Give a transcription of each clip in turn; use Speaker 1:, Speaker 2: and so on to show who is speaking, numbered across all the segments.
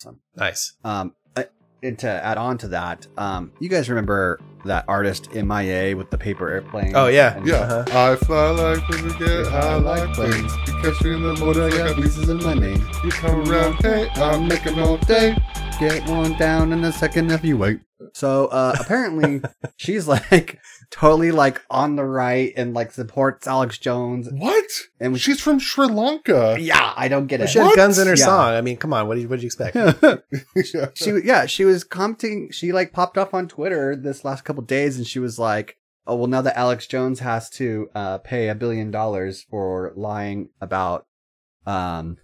Speaker 1: awesome.
Speaker 2: Nice.
Speaker 1: Um, uh, and to add on to that, um, you guys remember that artist MIA with the paper airplane?
Speaker 2: Oh yeah.
Speaker 1: And-
Speaker 3: Yeah,
Speaker 2: Uh-huh.
Speaker 3: I fly like planes, get high like planes. Because you're in the
Speaker 1: But
Speaker 3: mood,
Speaker 1: I
Speaker 3: I got
Speaker 1: got pieces of money.
Speaker 3: You come around, hey, I'll make an all day.
Speaker 1: Get one down in a second if you wait. So uh, apparently, she's like totally like on the right and like supports Alex Jones.
Speaker 3: What?
Speaker 1: And was,
Speaker 3: She's from Sri Lanka.
Speaker 1: yeah, I don't get
Speaker 2: Well,
Speaker 1: it.
Speaker 2: she had guns in her
Speaker 1: Yeah.
Speaker 2: song. I mean, come on. What did you, what did you expect?
Speaker 1: she yeah she was commenting she like popped off on twitter this last couple days and she was like oh well now that alex jones has to uh, pay a billion dollars for lying about um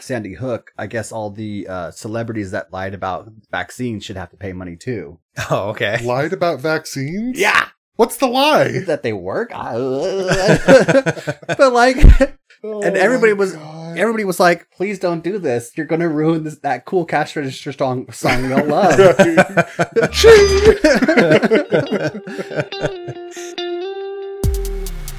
Speaker 1: sandy hook i guess all the uh, celebrities that lied about vaccines should have to pay money too
Speaker 2: oh, okay.
Speaker 3: Lied about vaccines?
Speaker 1: yeah
Speaker 3: What's the lie?
Speaker 1: that they work I- but like
Speaker 3: Oh
Speaker 1: And everybody was- everybody was like please don't do this you're gonna ruin this that cool cash register song song we all love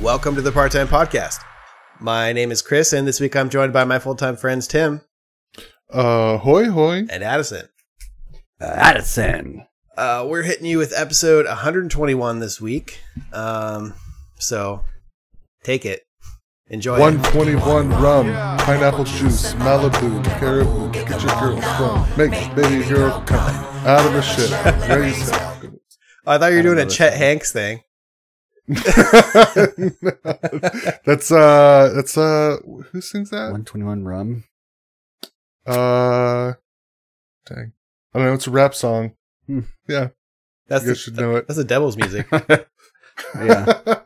Speaker 2: Welcome to the Part Time Podcast. My name is Chris, and this week I'm joined by my full time friends Tim
Speaker 3: Uh, hoy hoy.
Speaker 2: and Addison.
Speaker 1: addison
Speaker 2: Uh, we're hitting you with episode 121 this week. Um, so take it, enjoy. it.
Speaker 3: 121 rum, pineapple juice, Malibu, Caribou. Get your girl from. Make baby girl come. Out of her shit. Raise her.
Speaker 2: Oh, I thought you
Speaker 1: I don't
Speaker 2: were doing a
Speaker 1: know
Speaker 2: Chet
Speaker 1: this one.
Speaker 2: Hanks thing.
Speaker 3: that's uh that's uh who sings that
Speaker 1: 121 rum
Speaker 3: uh dang i don't know it's a rap song
Speaker 2: That's
Speaker 3: you guys
Speaker 2: the,
Speaker 3: should know it
Speaker 2: that's the devil's music.
Speaker 1: yeah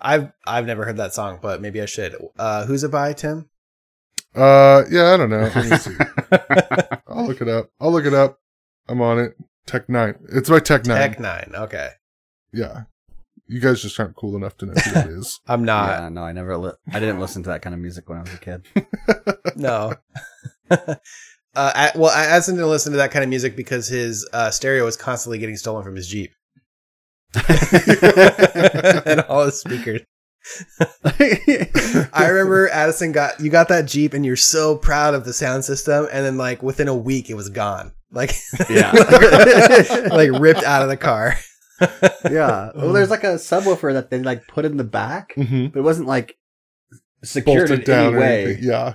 Speaker 2: I've I've never heard that song, but maybe I should. Uh, who's it by, Tim?
Speaker 3: uh yeah i don't know Let me see. i'll look it up i'll look it up i'm on it tech nine it's by tech nine
Speaker 2: Tech Nine. Okay,
Speaker 3: yeah you guys just aren't cool enough to know who it is
Speaker 2: I'm not.
Speaker 1: yeah, no, I never. Li- I didn't listen to that kind of music when I was a kid.
Speaker 2: No. uh, I, well, I asked him to listen to that kind of music because his uh, stereo was constantly getting stolen from his Jeep and all his speakers. I remember Addison got you got that Jeep and you're so proud of the sound system, and then like within a week it was gone, like like ripped out of the car.
Speaker 1: yeah. Well, there's like a subwoofer that they like put in the back,
Speaker 3: mm-hmm.
Speaker 1: but it wasn't like secured
Speaker 3: bolted
Speaker 1: in
Speaker 3: down
Speaker 1: any
Speaker 3: or
Speaker 1: way.
Speaker 3: anything. yeah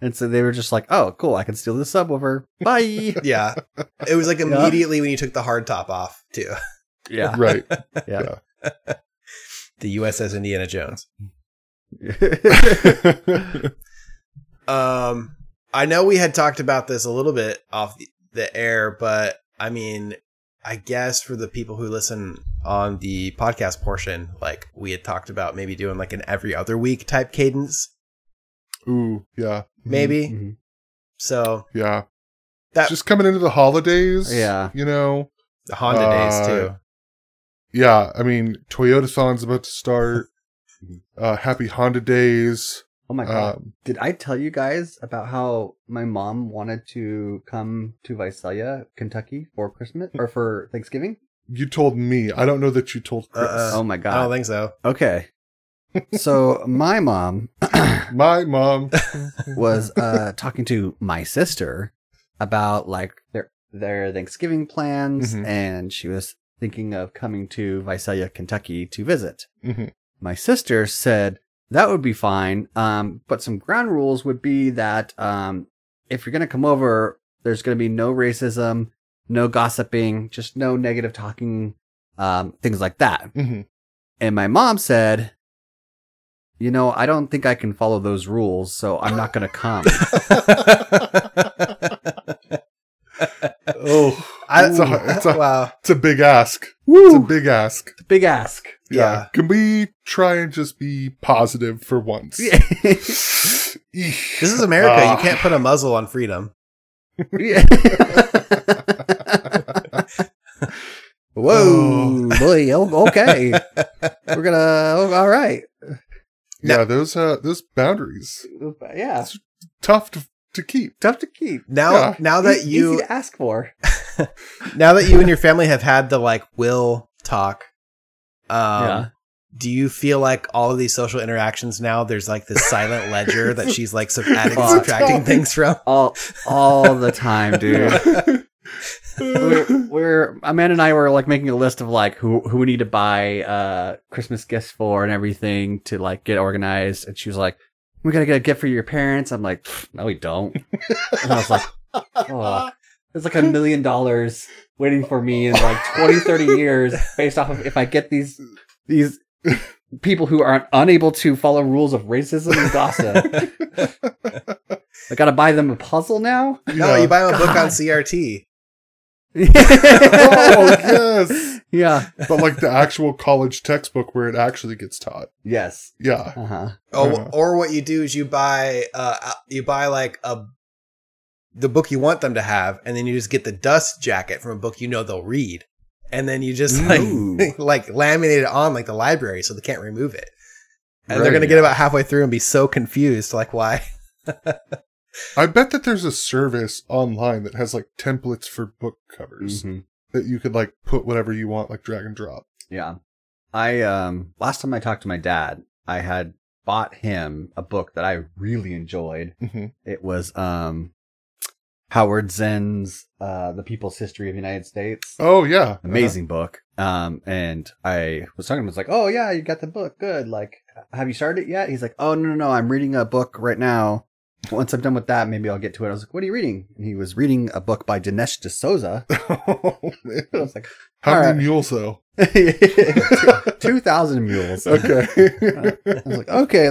Speaker 1: And so they were just like, "Oh, cool! I can steal this subwoofer. Bye."
Speaker 2: Yeah, it was like immediately when you took the hard top off too.
Speaker 1: yeah.
Speaker 3: right
Speaker 2: The USS Indiana Jones. Um, I know we had talked about this a little bit off the, the air, but I mean, I guess for the people who listen on the podcast portion, like we had talked about maybe doing like an every other week type cadence,
Speaker 3: ooh yeah
Speaker 2: maybe.
Speaker 3: Mm-hmm.
Speaker 1: Mhm.
Speaker 2: So
Speaker 3: yeah
Speaker 2: That-
Speaker 3: just coming into the holidays
Speaker 1: Yeah.
Speaker 3: you know
Speaker 2: the Honda
Speaker 3: Uh,
Speaker 2: days too.
Speaker 3: Yeah, I mean, Toyota Thon's about to start. Uh, happy Honda Days.
Speaker 1: Oh my god!
Speaker 3: Um,
Speaker 1: Did I tell you guys about how my mom wanted to come to Visalia, Kentucky, for Christmas or for Thanksgiving?
Speaker 3: you told me. I don't know that you told Chris.
Speaker 2: Uh-uh.
Speaker 1: Oh my god!
Speaker 2: I don't think so.
Speaker 1: Okay. So my mom
Speaker 3: My mom.
Speaker 1: was uh, talking to my sister about like their their Thanksgiving plans,
Speaker 3: Mhm.
Speaker 1: and she was thinking of coming to Visalia, Kentucky, to visit.
Speaker 3: Mhm.
Speaker 1: My sister said that would be fine, um, but some ground rules would be that um, if you're gonna come over, there's gonna be no racism, no gossiping, just no negative talking, um, things like that.
Speaker 3: Mhm.
Speaker 1: And my mom said, You know, I don't think I can follow those rules, so I'm not going to come.
Speaker 3: oh,
Speaker 2: I,
Speaker 3: It's a- it's a-
Speaker 2: wow.
Speaker 3: it's a big ask. It's a
Speaker 1: Woo!
Speaker 3: big ask.
Speaker 1: Big ask.
Speaker 2: Yeah.
Speaker 3: Can we try and just be positive for once?
Speaker 1: Yeah.
Speaker 3: this Uh.
Speaker 2: This is America. you can't put a muzzle on freedom.
Speaker 1: Yeah. Whoa, boy. o- Okay, we're gonna. oh, all right.
Speaker 2: Now-
Speaker 3: yeah, those uh, those boundaries
Speaker 1: Yeah,
Speaker 3: tough to, to keep.
Speaker 1: tough to keep. E-,
Speaker 2: Now,
Speaker 3: Yeah.
Speaker 2: now that
Speaker 1: Easy-
Speaker 2: you
Speaker 1: easy to ask for.
Speaker 2: now that you and your family have had the like will talk um
Speaker 1: Yeah.
Speaker 2: do you feel like all of these social interactions now there's like this silent ledger that she's like sub- adding and
Speaker 1: Fuck.
Speaker 2: subtracting things from
Speaker 1: all all the time, dude. we're,
Speaker 3: yeah,
Speaker 1: we're Amanda and I were like making a list of like who who we need to buy uh Christmas gifts for and everything to like get organized. And she was like, "We gotta get a gift for your parents." I'm like, "Pfft, "No, we don't." And I was like, "Oh, it's like a million dollars waiting for me in like 20, 30 years based off of if I get these these." People who are unable to follow rules of racism and gossip. I gotta buy them a puzzle now.
Speaker 2: no you buy them a book on
Speaker 1: God.
Speaker 2: crt
Speaker 3: oh yes,
Speaker 1: Yeah.
Speaker 3: but like the actual college textbook where it actually gets taught.
Speaker 1: Yes.
Speaker 3: Yeah,
Speaker 1: Uh huh.
Speaker 2: oh, or what you do is you buy uh you buy like a the book you want them to have and then you just get the dust jacket from a book you know they'll read and then you just
Speaker 1: Ooh.
Speaker 2: like like laminate it on like the library so they can't remove it and they're
Speaker 1: Right,
Speaker 2: gonna get
Speaker 1: yeah.
Speaker 2: about halfway through and be so confused like why
Speaker 3: I bet that there's a service online that has like templates for book covers
Speaker 1: Mm-hmm.
Speaker 3: that you could like put whatever you want, like drag and drop.
Speaker 1: Yeah. I um last time I talked to my dad, I had bought him a book that I really enjoyed.
Speaker 3: Mm-hmm.
Speaker 1: It was um Howard Zinn's uh The People's History of the United States.
Speaker 3: Oh yeah,
Speaker 2: Uh-huh.
Speaker 1: Amazing book. Um and I was talking to him, I was like, Oh yeah, you got the book, good. Like have you started it yet? He's like, Oh no no no, I'm reading a book right now. Once I'm done with that, maybe I'll get to it. I was like, What are you reading? And he was reading a book by Dinesh D'Souza.
Speaker 3: Oh, man.
Speaker 1: I was like,
Speaker 3: How
Speaker 1: All
Speaker 3: many
Speaker 1: right.
Speaker 3: mules though?
Speaker 1: two thousand mules.
Speaker 3: Okay.
Speaker 1: I was like, okay,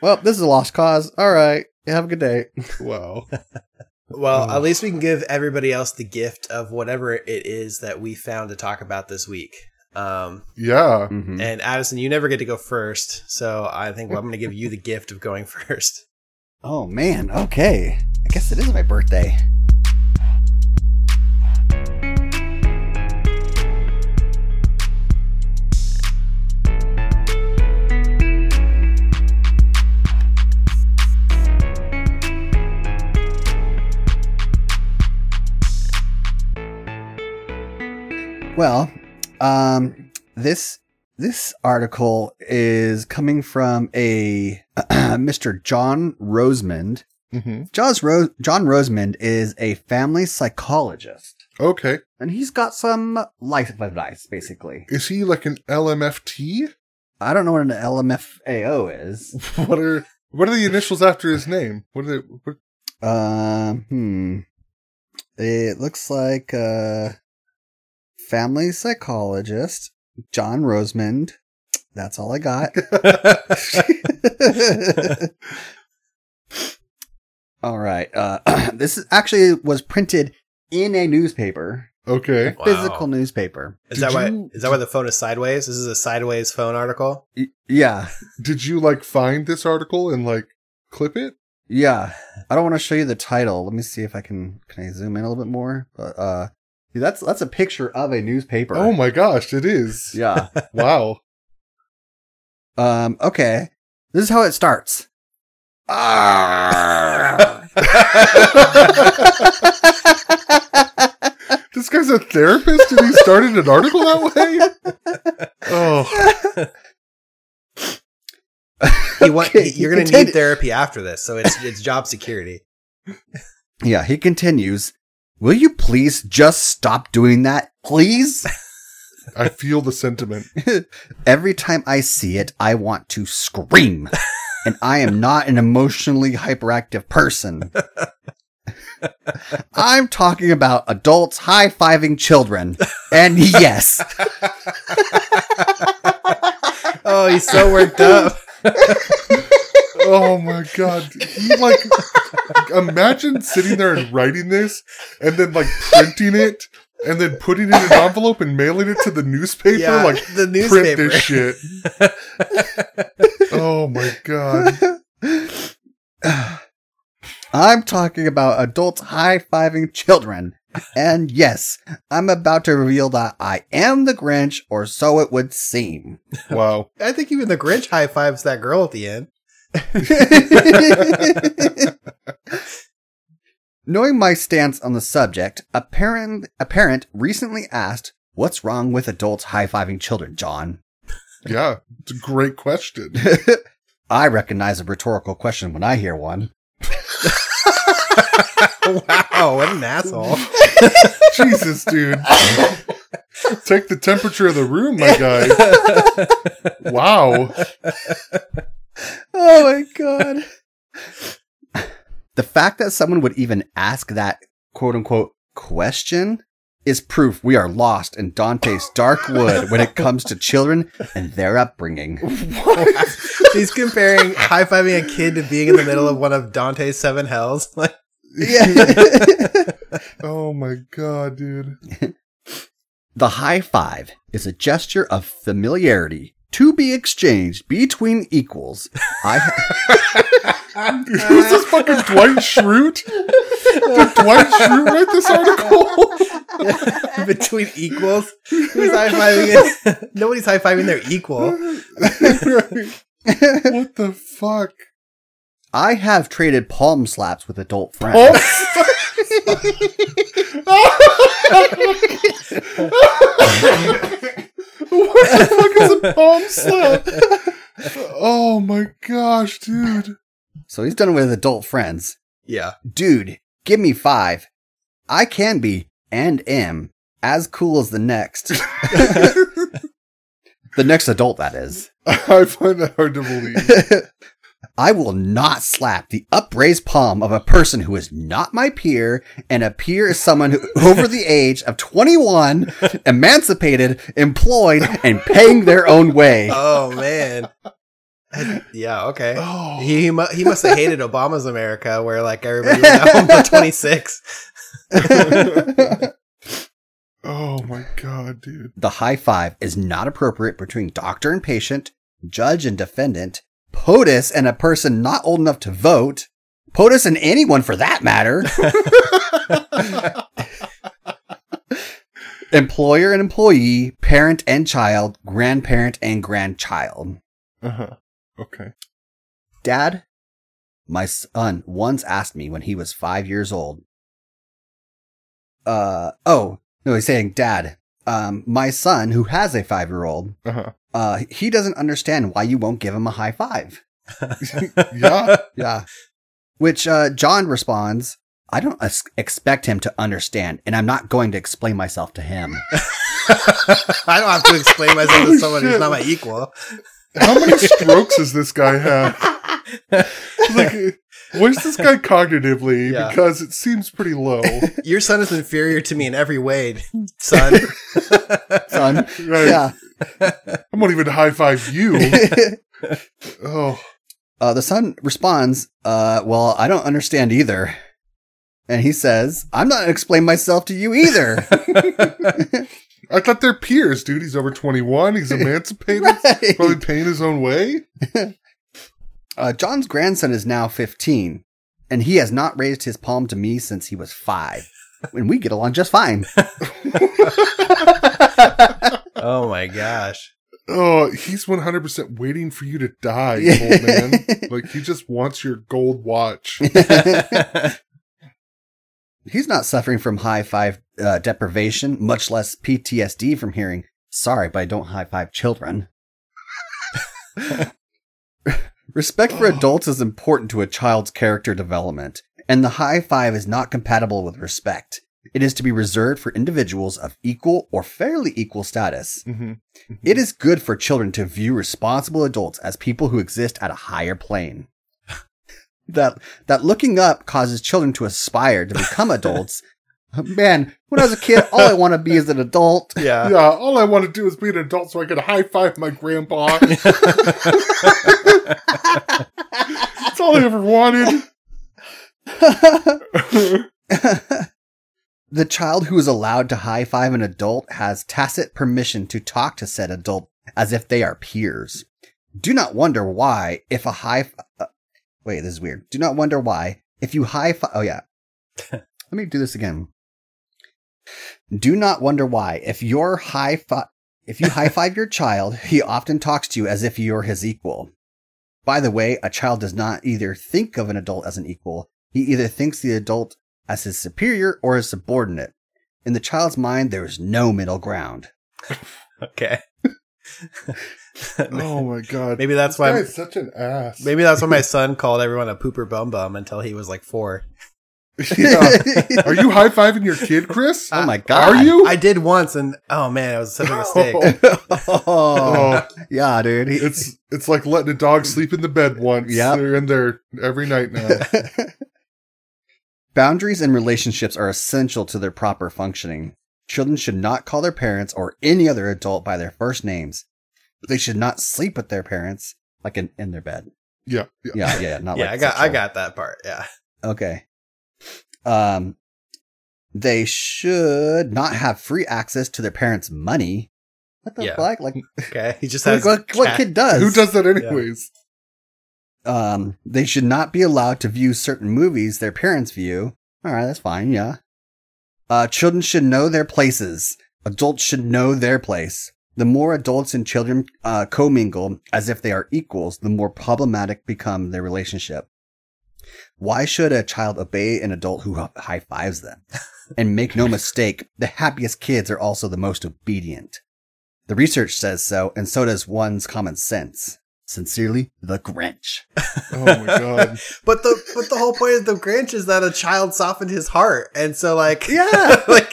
Speaker 1: well, this is a lost cause. All right, yeah, have a good day.
Speaker 3: wow.
Speaker 2: well
Speaker 3: Oh.
Speaker 2: at least we can give everybody else the gift of whatever it is that we found to talk about this week um
Speaker 3: Yeah.
Speaker 2: and addison you never get to go first so i think i'm gonna give you the gift of going first
Speaker 1: Oh man, okay. I guess it is my birthday. Well, um, this this article is coming from a Mr. John Rosemond.
Speaker 3: hmm
Speaker 1: Jaws Ro- John Rosemond is a family psychologist,
Speaker 3: Okay.
Speaker 1: and he's got some life advice, basically.
Speaker 3: Is he like an LMFT?
Speaker 1: I don't know what an LMFAO is.
Speaker 3: What are what are the initials after his name? What are they? What,
Speaker 1: Um, hmm. It looks like uh, family psychologist John Rosemond. That's all I got. all right. Uh, this is actually was printed in a newspaper,
Speaker 3: okay.
Speaker 2: Wow.
Speaker 1: physical newspaper.
Speaker 2: Is that
Speaker 3: Did
Speaker 2: why?
Speaker 3: you-
Speaker 2: Is that why the phone is sideways? This is a sideways phone article.
Speaker 1: Y- yeah,
Speaker 3: Did you like find this article and like clip it?
Speaker 1: yeah. I don't want to show you the title. Let me see if I can. Can I zoom in a little bit more? But uh, see, that's that's a picture of a newspaper.
Speaker 3: Oh my gosh, it is.
Speaker 1: Yeah.
Speaker 3: Wow.
Speaker 1: Um. Okay. This is how it starts.
Speaker 3: This guy's a therapist and he started an article that way? Oh,
Speaker 2: You want,
Speaker 1: Okay,
Speaker 2: you're going to
Speaker 1: continue.
Speaker 2: need therapy after this, so it's it's job security.
Speaker 1: Yeah, he continues. Will you please just stop doing that, please?
Speaker 3: I feel the sentiment.
Speaker 1: Every time I see it, I want to scream. and I am not an emotionally hyperactive person. I'm talking about adults high fiving children. And yes,
Speaker 2: Oh, he's so worked up.
Speaker 3: Oh my god. He like imagine sitting there and writing this and then like printing it and then putting it in an envelope and mailing it to the newspaper.
Speaker 2: Yeah,
Speaker 3: like
Speaker 2: the
Speaker 3: print
Speaker 2: newspaper.
Speaker 3: this shit. oh my god.
Speaker 1: uh, I'm talking about adults high fiving children. And yes, I'm about to reveal that I am the Grinch, or so it would seem.
Speaker 3: Wow.
Speaker 2: I think even the Grinch high fives that girl at the end.
Speaker 1: Knowing my stance on the subject, a parent, a parent recently asked, What's wrong with adults high fiving children, John?
Speaker 3: Yeah. It's a great question.
Speaker 1: I recognize a rhetorical question when I hear one.
Speaker 2: wow, what an asshole.
Speaker 3: Jesus, dude. Take the temperature of the room, my guy. Wow.
Speaker 1: Oh my god. the fact that someone would even ask that quote unquote question is proof we are lost in Dante's dark wood when it comes to children and their upbringing.
Speaker 2: He's comparing high fiving a kid to being in the middle of one of Dante's seven hells. Like,
Speaker 3: Oh my god, dude.
Speaker 1: the high five is a gesture of familiarity to be exchanged between equals. I
Speaker 3: Dude, Who's this fucking Dwight Schrute? Did Dwight Schrute write this article?
Speaker 2: between equals. Who's high fiving? Nobody's high fiving their equal.
Speaker 3: what the fuck?
Speaker 1: I have traded palm slaps with adult friends.
Speaker 3: Oh. what the fuck is a palm slap? Oh my gosh, dude.
Speaker 1: So he's done with adult friends.
Speaker 2: Yeah.
Speaker 1: dude, give me five. I can be and am as cool as the next. the next adult, that is.
Speaker 3: I find that hard to believe.
Speaker 1: I will not slap the upraised palm of a person who is not my peer, and a peer is someone who, over the age of 21, emancipated, employed, and paying their own way.
Speaker 2: Oh man. Yeah. Okay.
Speaker 3: Oh,
Speaker 2: He he, mu- he must have hated Obama's America, where like everybody was at home by 26.
Speaker 3: oh my god, dude.
Speaker 1: The high five is not appropriate between doctor and patient, judge and defendant, POTUS and a person not old enough to vote, POTUS and anyone for that matter, employer and employee, parent and child, grandparent and grandchild.
Speaker 3: Uh-huh. Okay.
Speaker 1: Dad, my son once asked me when he was five years old. Uh, oh, no, he's saying, Dad, um, my son who has a five year old,
Speaker 3: Uh-huh.
Speaker 1: uh, he doesn't understand why you won't give him a high five.
Speaker 3: Yeah.
Speaker 1: Yeah. Which uh, John responds, I don't es- expect him to understand, and I'm not going to explain myself to him.
Speaker 2: I don't have to explain myself to someone who's not my equal.
Speaker 3: How many strokes does this guy have? Like, where's this guy cognitively?
Speaker 2: Yeah.
Speaker 3: Because it seems pretty low.
Speaker 2: Your son is inferior to me in every way, son.
Speaker 1: Son.
Speaker 3: Right?
Speaker 1: yeah.
Speaker 3: I won't even high five you. Oh,
Speaker 1: uh, the son responds, uh, Well, I don't understand either. And he says, I'm not going to explain myself to you either.
Speaker 3: I thought they're peers, dude. He's over 21. He's emancipated.
Speaker 1: Right.
Speaker 3: Probably paying his own way.
Speaker 1: Uh, John's grandson is now 15, and he has not raised his palm to me since he was five. And we get along just fine.
Speaker 2: oh my gosh.
Speaker 3: Oh, he's 100% waiting for you to die, old man. Like, he just wants your gold watch.
Speaker 1: He's not suffering from high five uh, deprivation, much less PTSD from hearing, sorry, but I don't high five children. Respect for adults is important to a child's character development, and the high five is not compatible with respect. It is to be reserved for individuals of equal or fairly equal status.
Speaker 3: hmm
Speaker 1: It is good for children to view responsible adults as people who exist at a higher plane. that that looking up causes children to aspire to become adults. Man, when I was a kid, all I want to be is an adult.
Speaker 2: Yeah.
Speaker 3: Yeah, all I want to do is be an adult so I can high five my grandpa. That's all I ever wanted.
Speaker 1: the child who is allowed to high five an adult has tacit permission to talk to said adult as if they are peers. Do not wonder why if a high f- uh, wait, this is weird. Do not wonder why If you high five, oh yeah. Let me do this again. Do not wonder why. If your high five, if you high five your child, he often talks to you as if you're his equal. By the way, a child does not either think of an adult as an equal. He either thinks the adult as his superior or his subordinate. In the child's mind, there is no middle ground.
Speaker 2: Okay.
Speaker 3: Oh my god.
Speaker 2: maybe that's
Speaker 3: this
Speaker 2: why.
Speaker 3: guy is such an ass.
Speaker 2: Maybe that's why my son called everyone a pooper bum bum until he was like four.
Speaker 3: Yeah. Are you high fiving your kid, Chris?
Speaker 1: oh my god!
Speaker 3: Are you?
Speaker 2: I did once, and oh man, it was such a mistake.
Speaker 1: oh,
Speaker 3: Oh,
Speaker 1: yeah, dude. He-
Speaker 3: it's it's like letting a dog sleep in the bed once.
Speaker 1: Yep.
Speaker 3: They're in there every night now.
Speaker 1: Boundaries and relationships are essential to their proper functioning. Children should not call their parents or any other adult by their first names. They should not sleep with their parents, like in, in their bed.
Speaker 3: Yeah. yeah.
Speaker 1: Yeah, yeah, not
Speaker 2: yeah,
Speaker 1: like
Speaker 2: I got I
Speaker 1: sexual.
Speaker 2: got that part. Yeah.
Speaker 1: Okay. Um, they should not have free access to their parents' money. What the
Speaker 2: Yeah.
Speaker 1: fuck? Like,
Speaker 2: Okay. He just
Speaker 1: like
Speaker 2: has
Speaker 1: what, what
Speaker 2: cat-
Speaker 1: kid does?
Speaker 3: Who does that anyways?
Speaker 1: Um, they should not be allowed to view certain movies their parents view. All right, that's fine. Yeah. Uh, children should know their places. Adults should know their place. The more adults and children uh, commingle as if they are equals, the more problematic become their relationship. Why should a child obey an adult who high fives them? And make no mistake, the happiest kids are also the most obedient. The research says so, and so does one's common sense. Sincerely, the Grinch.
Speaker 3: Oh my god.
Speaker 2: But the but the whole point of the Grinch is that a child softened his heart, and so like
Speaker 1: Yeah.
Speaker 2: like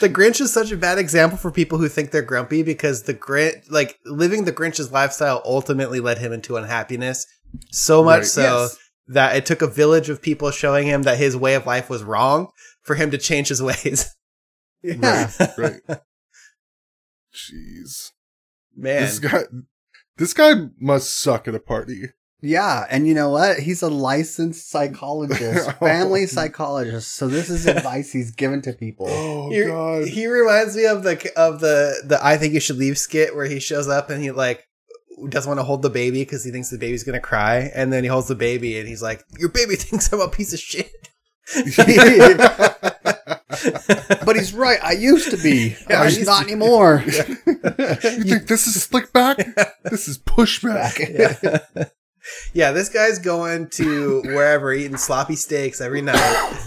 Speaker 2: the Grinch is such a bad example for people who think they're grumpy because the Grinch like living the Grinch's lifestyle ultimately led him into unhappiness so much
Speaker 3: Right.
Speaker 2: so
Speaker 1: Yes.
Speaker 2: that it took a village of people showing him that his way of life was wrong for him to change his ways.
Speaker 1: Yeah.
Speaker 3: Right. Jeez.
Speaker 2: Man,
Speaker 3: This guy this guy must suck at a party.
Speaker 1: Yeah, and you know what? He's a licensed psychologist, family psychologist. So this is advice he's given to people.
Speaker 3: Oh
Speaker 2: You're-
Speaker 3: god.
Speaker 2: He reminds me of the of the the I think you should leave skit where he shows up and he like doesn't want to hold the baby because he thinks the baby's gonna cry, and then he holds the baby and he's like, "Your baby thinks I'm a piece of shit."
Speaker 1: But he's right. I used to be.
Speaker 2: Yeah, I
Speaker 1: I'm
Speaker 2: used
Speaker 1: not anymore.
Speaker 3: you think this is slick back? This is pushback.
Speaker 2: yeah. yeah, this guy's going to wherever eating sloppy steaks every night.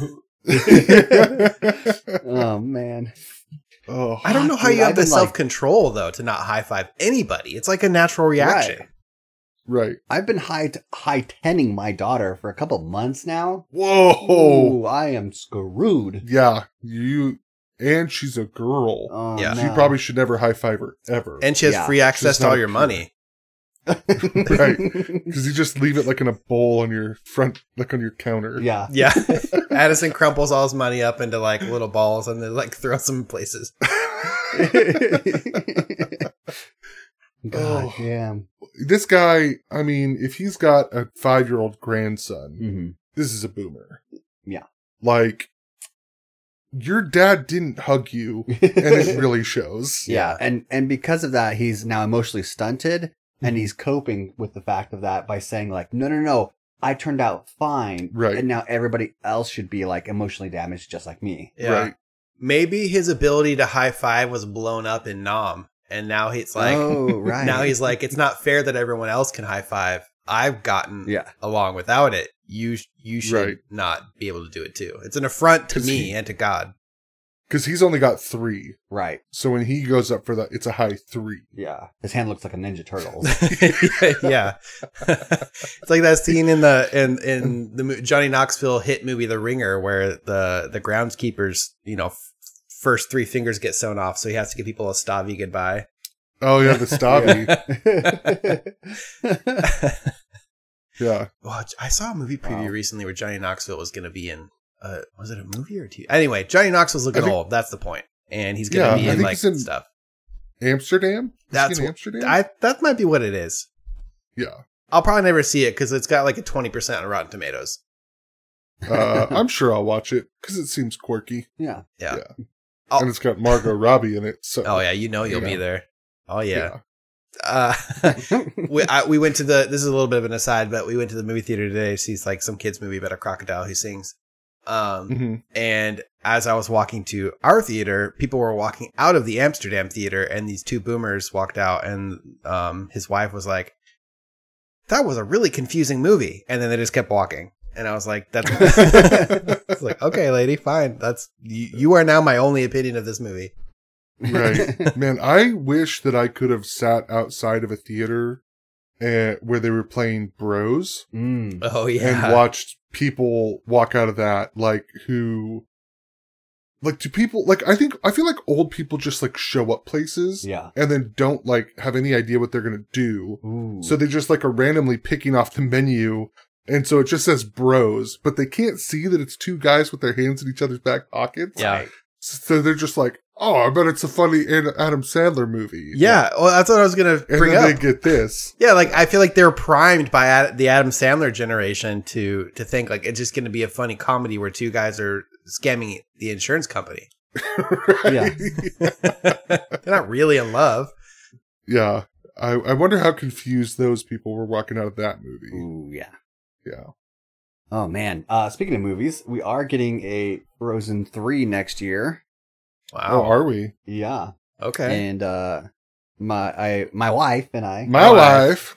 Speaker 1: Oh man.
Speaker 3: oh,
Speaker 2: I don't know how
Speaker 1: Dude,
Speaker 2: you have
Speaker 1: I've
Speaker 2: the
Speaker 1: been, like-
Speaker 2: self control though to not high five anybody. It's like a natural reaction.
Speaker 3: right.
Speaker 1: I've been high high tenning my daughter for a couple months now.
Speaker 3: Whoa.
Speaker 1: Ooh, I am screwed.
Speaker 3: Yeah. You and she's a girl.
Speaker 1: Oh,
Speaker 2: Yeah.
Speaker 1: no.
Speaker 3: She probably should never high five her ever.
Speaker 2: And she has
Speaker 1: Yeah.
Speaker 2: free access
Speaker 3: She's
Speaker 2: to all
Speaker 3: not
Speaker 2: your
Speaker 3: pure.
Speaker 2: money.
Speaker 3: Right. Because you just leave it like in a bowl on your front, like on your counter.
Speaker 1: yeah.
Speaker 2: Yeah. Addison crumples all his money up into like little balls and then like throws them places.
Speaker 1: God
Speaker 3: Oh.
Speaker 1: damn.
Speaker 3: This guy, I mean, if he's got a five year old grandson,
Speaker 1: hmm
Speaker 3: this is a boomer.
Speaker 1: Yeah.
Speaker 3: Like, your dad didn't hug you, and it really shows.
Speaker 1: yeah and and because of that he's now emotionally stunted and he's coping with the fact of that by saying like no no no i turned out fine
Speaker 3: Right.
Speaker 1: and now everybody else should be like emotionally damaged just like me
Speaker 2: Yeah.
Speaker 3: Right.
Speaker 2: Maybe his ability to high five was blown up in Nom. And now he's like,
Speaker 1: oh right
Speaker 2: now he's like, it's not fair that everyone else can high five. I've gotten
Speaker 1: yeah
Speaker 2: along without it. You sh- you should
Speaker 3: Right.
Speaker 2: not be able to do it too. It's an affront to
Speaker 3: 'Cause
Speaker 2: me
Speaker 3: he-
Speaker 2: and to God.
Speaker 3: Because he's only got three.
Speaker 1: right
Speaker 3: So when he goes up for that, it's a high three.
Speaker 1: yeah his hand looks like a ninja turtle
Speaker 2: yeah, it's like that scene in the in in the mo- Johnny Knoxville hit movie The Ringer, where the the groundskeeper's you know f- first three fingers get sewn off, so he has to give people a stavi goodbye.
Speaker 3: Oh, yeah, the stabby. yeah.
Speaker 2: Well, I saw a movie preview
Speaker 1: Wow.
Speaker 2: recently where Johnny Knoxville was going to be in. Uh, was it a movie or a TV? Anyway, Johnny Knoxville's looking
Speaker 3: I think-
Speaker 2: old. That's the point, and he's going to
Speaker 3: Yeah,
Speaker 2: be
Speaker 3: I
Speaker 2: in
Speaker 3: think
Speaker 2: like
Speaker 3: he's in-
Speaker 2: stuff.
Speaker 3: Amsterdam? Is he
Speaker 2: That's
Speaker 3: in
Speaker 2: what-
Speaker 3: Amsterdam?
Speaker 2: I that might be what it is.
Speaker 3: yeah.
Speaker 2: I'll probably never see it because it's got like a twenty percent on Rotten Tomatoes.
Speaker 3: Uh, I'm sure I'll watch it because it seems quirky.
Speaker 1: yeah
Speaker 2: Yeah.
Speaker 3: And it's got Margot Robbie in it. So
Speaker 2: Oh yeah, you know you'll
Speaker 3: You
Speaker 2: be
Speaker 3: know.
Speaker 2: there. Oh yeah. uh, we, I, we went to the this is a little bit of an aside but we went to the movie theater today to see like some kids movie about a crocodile who sings um
Speaker 3: Mhm.
Speaker 2: and as i was walking to our theater people were walking out of the amsterdam theater and these two boomers walked out and um his wife was like that was a really confusing movie and then they just kept walking and i was like that's it's like okay lady fine that's you, you are now my only opinion of this movie
Speaker 3: Right. Man, I wish that I could have sat outside of a theater uh, where they were playing Bros
Speaker 1: Mm.
Speaker 2: oh
Speaker 3: and watched people walk out of that, like who, like do people like I think I feel like old people just like show up places
Speaker 1: Yeah.
Speaker 3: and then don't like have any idea what they're gonna do,
Speaker 1: Ooh.
Speaker 3: so they just like are randomly picking off the menu. And so it just says bros, but they can't see that it's two guys with their hands in each other's back pockets.
Speaker 2: yeah
Speaker 3: So they're just like, oh, I bet it's a funny Ad- Adam Sandler movie.
Speaker 2: Yeah, well, that's what I was gonna
Speaker 3: And
Speaker 2: bring
Speaker 3: then
Speaker 2: up.
Speaker 3: they get this.
Speaker 2: yeah, like I feel like they're primed by Ad- the Adam Sandler generation to to think like it's just gonna be a funny comedy where two guys are scamming the insurance company.
Speaker 3: right?
Speaker 1: Yeah.
Speaker 2: they're not really in love.
Speaker 3: Yeah. I, I wonder how confused those people were walking out of that movie.
Speaker 1: Ooh, yeah.
Speaker 3: Yeah.
Speaker 1: Oh man. Uh, speaking of movies, we are getting a Frozen three next year.
Speaker 3: Oh,
Speaker 2: Wow.
Speaker 3: are we?
Speaker 1: Yeah.
Speaker 2: okay.
Speaker 1: And uh, my I my wife and I
Speaker 3: My
Speaker 2: Oh, I-
Speaker 3: wife.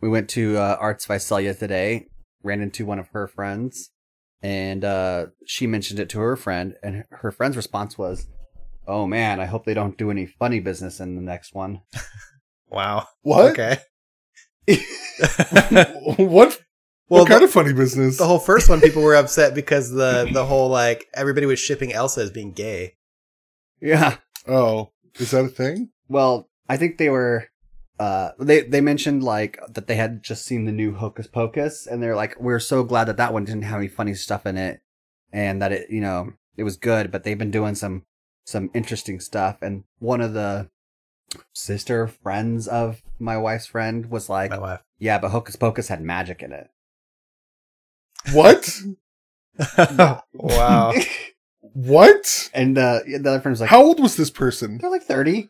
Speaker 1: we went to uh, Arts Visalia today. Ran into one of her friends, and uh, she mentioned it to her friend, and her friend's response was, "Oh man, I hope they don't do any funny business in the next one."
Speaker 2: Wow.
Speaker 3: What?
Speaker 2: Okay.
Speaker 3: what?
Speaker 2: well,
Speaker 3: what kind
Speaker 2: the,
Speaker 3: of funny business?
Speaker 2: the whole first one, people were upset because the the whole like everybody was shipping Elsa as being gay.
Speaker 1: Yeah.
Speaker 3: oh, is that a thing?
Speaker 1: Well, I think they were. Uh, they they mentioned like that they had just seen the new Hocus Pocus, and they're like, we're so glad that that one didn't have any funny stuff in it, and that it you know it was good, but they've been doing some some interesting stuff. And one of the sister friends of my wife's friend was like,
Speaker 2: My wife.
Speaker 1: yeah, but Hocus Pocus had magic in it.
Speaker 3: What?
Speaker 2: wow.
Speaker 3: what?
Speaker 1: and uh, the other friend was like,
Speaker 3: how old was this person?
Speaker 1: they're like thirty.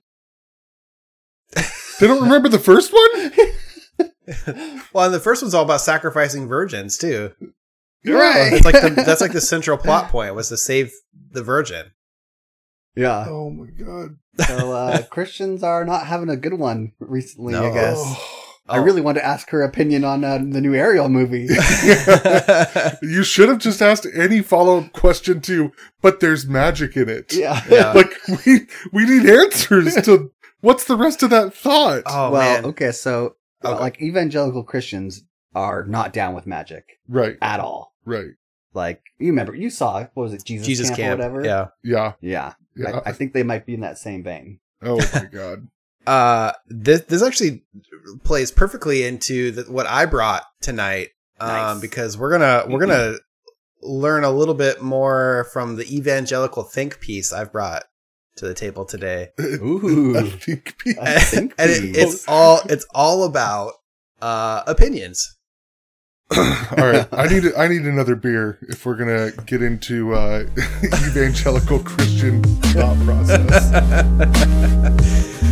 Speaker 3: They don't remember the first one?
Speaker 2: Well, and the first one's all about sacrificing virgins too.
Speaker 3: Yeah.
Speaker 1: Right.
Speaker 2: That's like the, that's like the central plot point was to save the virgin.
Speaker 1: Yeah.
Speaker 3: Oh my god.
Speaker 1: So uh, Christians are not having a good one recently, I
Speaker 2: No.
Speaker 1: guess. I
Speaker 2: Oh.
Speaker 1: really want to ask her opinion on uh, the new Ariel movie.
Speaker 3: You should have just asked any follow up question to, but there's magic in it.
Speaker 1: yeah.
Speaker 2: Yeah.
Speaker 3: Like we we need answers to what's the rest of that thought?
Speaker 2: oh
Speaker 1: well,
Speaker 2: man.
Speaker 1: okay, so uh,
Speaker 2: Okay.
Speaker 1: like evangelical Christians are not down with magic
Speaker 3: right,
Speaker 1: at all.
Speaker 3: right.
Speaker 1: Like you remember, you saw what was it, Jesus,
Speaker 2: Jesus
Speaker 1: Camp,
Speaker 2: camp.
Speaker 1: or whatever.
Speaker 2: Yeah.
Speaker 3: Yeah,
Speaker 1: yeah. I-
Speaker 3: yeah.
Speaker 1: I, think they might be in that same vein.
Speaker 3: oh my god.
Speaker 2: Uh, this this actually plays perfectly into the, what I brought tonight. Um,
Speaker 1: Nice. Mm-hmm.
Speaker 2: because we're gonna we're gonna learn a little bit more from the evangelical think piece I've brought to the table today.
Speaker 3: I
Speaker 1: Ooh,
Speaker 3: think pe-
Speaker 1: I think
Speaker 2: and it,
Speaker 1: piece.
Speaker 2: it's all it's all about uh opinions.
Speaker 3: All right, I need I need another beer if we're gonna get into uh, evangelical Christian thought process.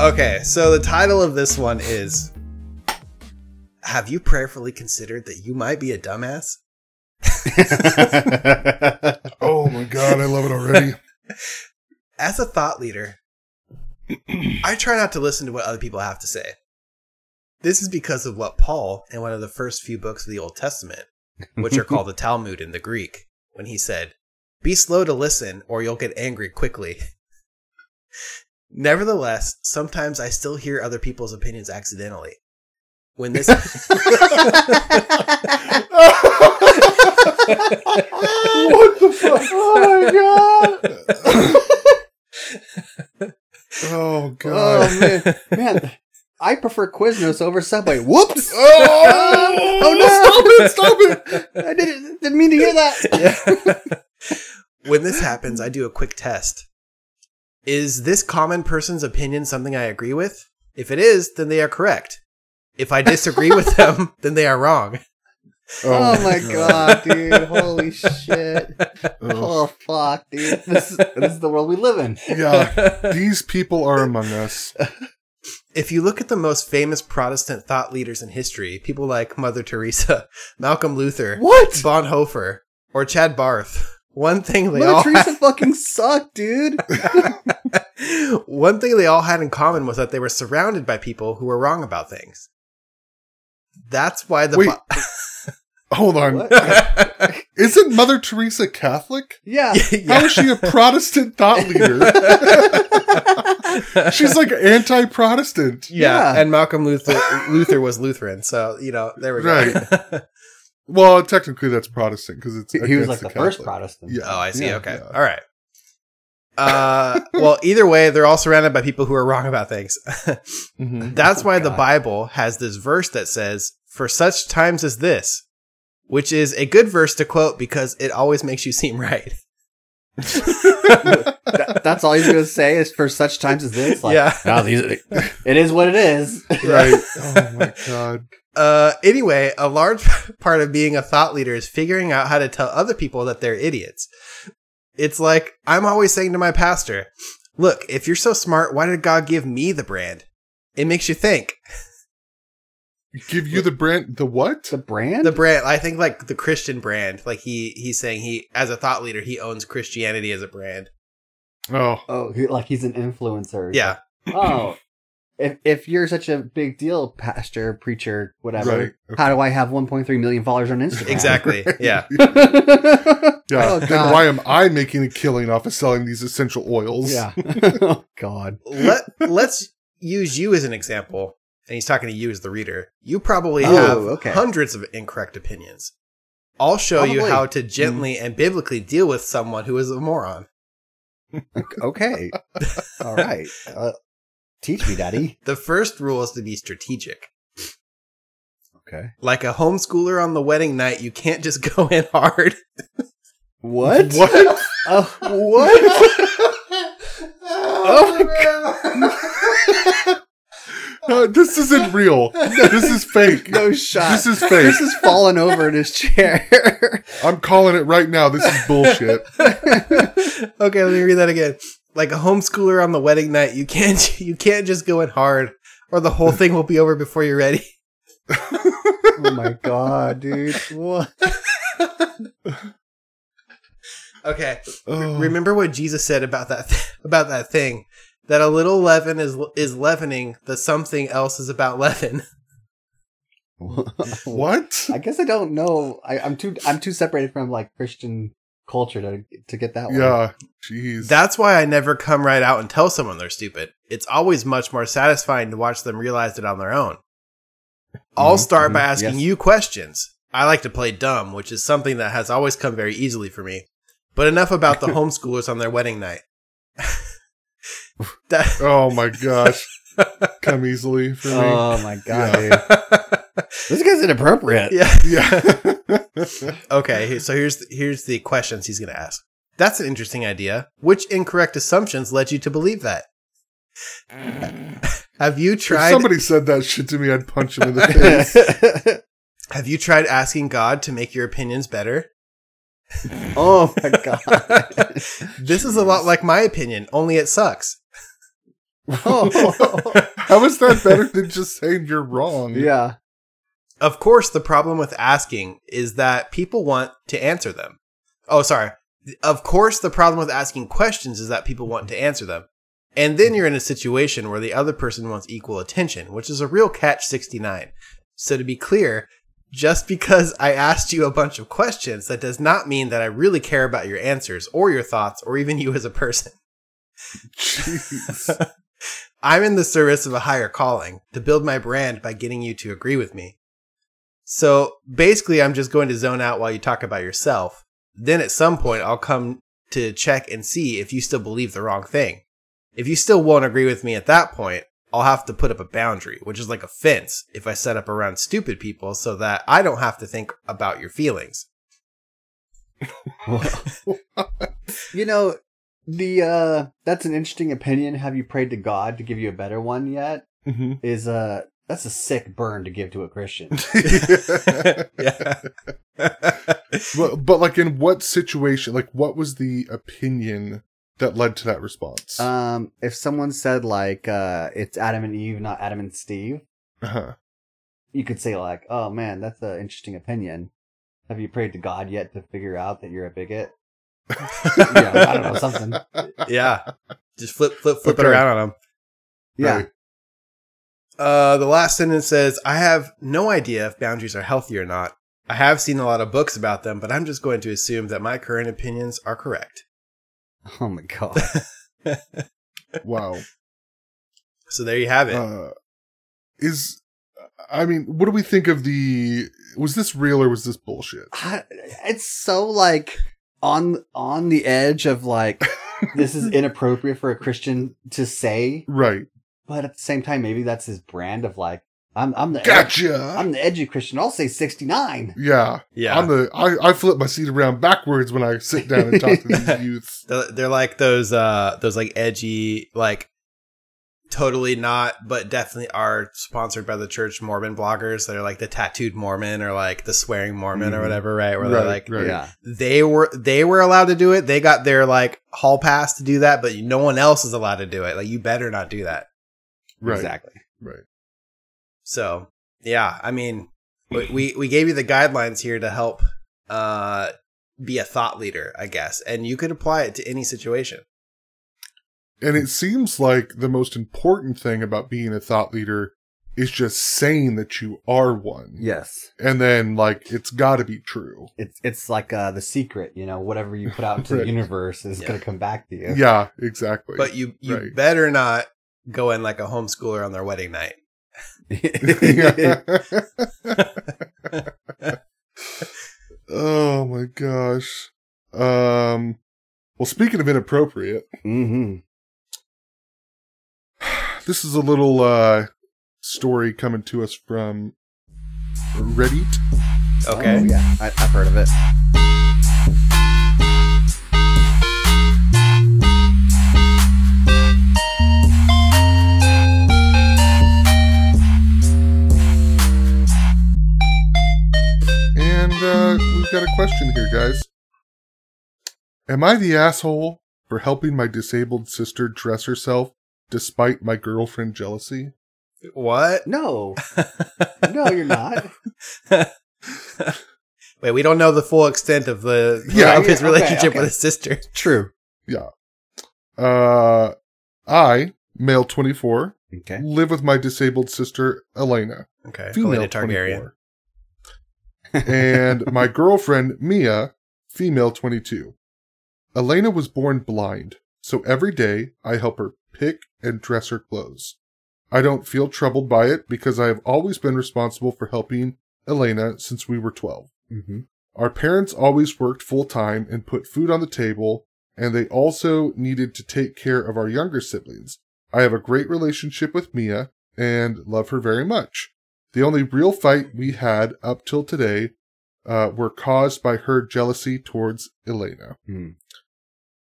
Speaker 2: Okay, so the title of this one is Have you prayerfully considered that you might be a dumbass?
Speaker 3: Oh my god, I love it already.
Speaker 2: As a thought leader, I try not to listen to what other people have to say. This is because of what Paul, in one of the first few books of the Old Testament, which are called the Talmud in the Greek, when he said, Be slow to listen or you'll get angry quickly. Nevertheless, sometimes I still hear other people's opinions accidentally. When this
Speaker 3: what the fuck? Oh my god. oh god.
Speaker 1: oh man, man, I prefer Quiznos over Subway. Whoops!
Speaker 3: Oh,
Speaker 1: Oh,
Speaker 3: no! Stop it! Stop it! Oh,
Speaker 1: I didn't didn't mean to hear that.
Speaker 2: when this happens, I do a quick test. Is this common person's opinion something I agree with? If it is, then they are correct. If I disagree with them, then they are wrong.
Speaker 1: Oh, my god, dude! Holy shit! Oh fuck, dude! This is, this is the world we live in.
Speaker 3: Yeah,
Speaker 1: Oh.
Speaker 3: these people are among us.
Speaker 2: if you look at the most famous Protestant thought leaders in history, people like Mother Teresa, Malcolm Luther,
Speaker 1: What?
Speaker 2: Bonhoeffer, or Chad Barth, one thing they all
Speaker 1: Mother Teresa fucking sucked, dude.
Speaker 2: one thing they all had in common was that they were surrounded by people who were wrong about things. That's why the
Speaker 3: Wait.
Speaker 2: po-
Speaker 3: Hold on.
Speaker 1: What?
Speaker 3: Isn't Mother Teresa Catholic?
Speaker 1: Yeah.
Speaker 3: How is she a Protestant thought leader?
Speaker 1: Oh,
Speaker 2: yeah.
Speaker 3: She's like anti Protestant.
Speaker 1: Yeah.
Speaker 2: and Malcolm Luther Luther was Lutheran, so you know there we go.
Speaker 3: Well, technically that's Protestant because it's
Speaker 1: He he was
Speaker 3: against
Speaker 1: like the
Speaker 3: Catholic.
Speaker 1: first Protestant.
Speaker 3: Yeah.
Speaker 2: Oh, I see.
Speaker 3: Yeah,
Speaker 2: okay.
Speaker 3: yeah.
Speaker 2: All right. Uh, well, either way, they're all surrounded by people who are wrong about things.
Speaker 3: Mhm.
Speaker 2: Mm-hmm. That's
Speaker 1: Oh,
Speaker 2: why the
Speaker 1: God.
Speaker 2: Bible has this verse that says, "For such times as this," which is a good verse to quote because it always makes you seem right.
Speaker 1: That- that's all he's gonna say is for such times as this. Like,
Speaker 2: Yeah.
Speaker 1: "No, these- it is what it is.
Speaker 3: Right. Oh my god.
Speaker 2: Uh, anyway, a large part of being a thought leader is figuring out how to tell other people that they're idiots. It's like I'm always saying to my pastor, "Look, if you're so smart, why did God give me the brand? It makes you think."
Speaker 3: Give you the brand the what?
Speaker 1: The brand.
Speaker 2: the brand i think like the christian brand like he he's saying he as a thought leader he owns christianity as a brand
Speaker 3: Oh.
Speaker 1: oh, he, like he's an influencer.
Speaker 2: yeah
Speaker 1: Oh, if if you're such a big deal, pastor, preacher, whatever,
Speaker 3: Right.
Speaker 1: how do I have 1.3 million followers on Instagram?
Speaker 2: exactly yeah
Speaker 3: Yeah.
Speaker 1: Oh,
Speaker 3: then
Speaker 1: God.
Speaker 3: why am I making a killing off of selling these essential oils?
Speaker 1: yeah. oh God.
Speaker 2: let let's use you as an example and he's talking to you as the reader you probably
Speaker 1: Oh,
Speaker 2: have
Speaker 1: okay.
Speaker 2: hundreds of incorrect opinions i'll show you
Speaker 1: Probably. Mm-hmm.
Speaker 2: how to gently and biblically deal with someone who is a moron
Speaker 1: Okay. All right. Uh, teach me, Daddy.
Speaker 2: the first rule is to be strategic
Speaker 1: Okay.
Speaker 2: like a homeschooler on the wedding night you can't just go in hard
Speaker 1: What?
Speaker 3: What?
Speaker 1: Oh, what? Oh
Speaker 2: Oh,
Speaker 3: Uh, this isn't real. This is fake.
Speaker 1: no shot.
Speaker 3: This is fake.
Speaker 1: Chris is falling over in his chair.
Speaker 3: I'm calling it right now. This is bullshit.
Speaker 2: okay, let me read that again. Like a homeschooler on the wedding night, you can't you can't just go in hard, or the whole thing will be over before you're ready.
Speaker 1: oh my god, dude. What?
Speaker 2: Okay,
Speaker 3: Oh.
Speaker 2: remember what Jesus said about that th- about that thing that a little leaven is is leavening the something else is about leaven.
Speaker 3: what?
Speaker 1: I guess I don't know. I, I'm too I'm too separated from like Christian culture to to get that one.
Speaker 3: Yeah. Jeez.
Speaker 2: That's why I never come right out and tell someone they're stupid. It's always much more satisfying to watch them realize it on their own. I'll
Speaker 1: Mhm,
Speaker 2: start by
Speaker 1: mhm,
Speaker 2: asking
Speaker 1: yes.
Speaker 2: you questions. I like to play dumb, which is something that has always come very easily for me. But enough about the homeschoolers on their wedding night. that,
Speaker 3: oh my gosh. Come easily for me.
Speaker 1: Oh my god, dude. This guy's inappropriate.
Speaker 2: yeah.
Speaker 3: yeah.
Speaker 2: Okay, so here's here's the questions he's going to ask. That's an interesting idea. Which incorrect assumptions led you to believe that? Have you
Speaker 3: If
Speaker 2: tried
Speaker 3: somebody said that shit to me, I'd punch him in the face.
Speaker 2: Have you tried asking God to make your opinions better?
Speaker 1: oh my god.
Speaker 2: This is a lot like my opinion, only it sucks.
Speaker 1: Oh.
Speaker 3: How is that better than just saying you're wrong?
Speaker 1: Yeah.
Speaker 2: Of course, the problem with asking is that people want to answer them. Oh, sorry. Of course, the problem with asking questions is that people want to answer them. And then you're in a situation where the other person wants equal attention, which is a real catch 69. So to be clear, just because I asked you a bunch of questions, that does not mean that I really care about your answers or your thoughts or even you as a person.
Speaker 3: Jeez.
Speaker 2: I'm in the service of a higher calling to build my brand by getting you to agree with me. So basically, I'm just going to zone out while you talk about yourself. Then at some point, I'll come to check and see if you still believe the wrong thing. If you still won't agree with me at that point, I'll have to put up a boundary, which is like a fence if I set up around stupid people so that I don't have to think about your feelings.
Speaker 1: you know, the uh that's an interesting opinion. Have you prayed to God to give you a better one yet?
Speaker 2: Mm-hmm.
Speaker 1: Is uh that's a sick burn to give to a Christian.
Speaker 2: yeah.
Speaker 3: but, but like in what situation? Like what was the opinion that led to that response?
Speaker 1: um if someone said like uh it's Adam and Eve, not Adam and Steve,
Speaker 3: Uh-huh.
Speaker 1: you could say like, "Oh man, that's an interesting opinion." Have you prayed to God yet to figure out that you're a bigot? yeah, I don't know, something.
Speaker 2: yeah. Just flip, flip, flip it
Speaker 3: Okay.
Speaker 2: around on them.
Speaker 1: Yeah.
Speaker 3: Right.
Speaker 2: Uh, the last sentence says, I have no idea if boundaries are healthy or not. I have seen a lot of books about them, but I'm just going to assume that my current opinions are correct.
Speaker 1: Oh my god.
Speaker 3: Wow.
Speaker 2: So there you have it.
Speaker 3: Uh, is I mean, what do we think of the? Was this real or was this bullshit?
Speaker 1: I- it's so like on on the edge of like this is inappropriate for a Christian to say,
Speaker 3: Right.
Speaker 1: but at the same time, maybe that's his brand of like I'm I'm the edgy,
Speaker 3: Gotcha.
Speaker 1: I'm the edgy Christian. I'll say 69.
Speaker 3: yeah.
Speaker 2: yeah.
Speaker 3: I'm the. I, I flip my seat around backwards when I sit down and talk to these youths.
Speaker 2: they're, they're like those, uh, those like edgy, like totally not, but definitely are sponsored by the church Mormon bloggers. They're like the tattooed Mormon or like the swearing Mormon or
Speaker 1: Mhm.
Speaker 2: whatever, Mm-hmm. right? Where
Speaker 3: Right,
Speaker 2: they're like,
Speaker 3: right.
Speaker 1: Yeah,
Speaker 2: they were they were allowed to do it. They got their like hall pass to do that, but no one else is allowed to do it. Like you better not do that.
Speaker 3: Right.
Speaker 1: exactly.
Speaker 3: Right.
Speaker 2: So yeah, I mean, we we, we gave you the guidelines here to help uh, be a thought leader, I guess, and you could apply it to any situation.
Speaker 3: And it seems like the most important thing about being a thought leader is just saying that you are one.
Speaker 1: Yes,
Speaker 3: And then like it's got to be true.
Speaker 1: it's it's like uh, the secret. You know, whatever you put out to the
Speaker 3: Right.
Speaker 1: universe is
Speaker 2: Yeah.
Speaker 1: gonna come back to you.
Speaker 3: Yeah. exactly.
Speaker 2: But you you
Speaker 3: Right.
Speaker 2: better not go in like a homeschooler on their wedding night.
Speaker 3: Yeah. oh my gosh. Um. Well, speaking of inappropriate.
Speaker 1: hmm
Speaker 3: This is a little uh, story coming to us from Reddit.
Speaker 2: Okay.
Speaker 1: Oh, yeah, I, I've heard of it.
Speaker 3: And uh, we've got a question here, guys. Am I the asshole for helping my disabled sister dress herself despite my girlfriend jealousy?
Speaker 2: What?
Speaker 1: No, no, you're not.
Speaker 2: Wait, we don't know the full extent of the
Speaker 3: Yeah,
Speaker 2: of his
Speaker 1: okay,
Speaker 2: relationship
Speaker 1: okay.
Speaker 2: with his sister.
Speaker 1: True.
Speaker 3: Uh, I, male 24,
Speaker 1: Okay.
Speaker 3: live with my disabled sister, Elena,
Speaker 2: Okay,
Speaker 3: female
Speaker 2: Elena Targaryen.
Speaker 3: 24. and my girlfriend, Mia, female 22. Elena was born blind, so every day I help her pick and dress her clothes. I don't feel troubled by it because I have always been responsible for helping Elena since we were 12.
Speaker 1: Mm-hmm.
Speaker 3: Our parents always worked full time and put food on the table, and they also needed to take care of our younger siblings. I have a great relationship with Mia and love her very much. The only real fight we had up till today uh, were caused by her jealousy towards Elena.
Speaker 1: Hmm.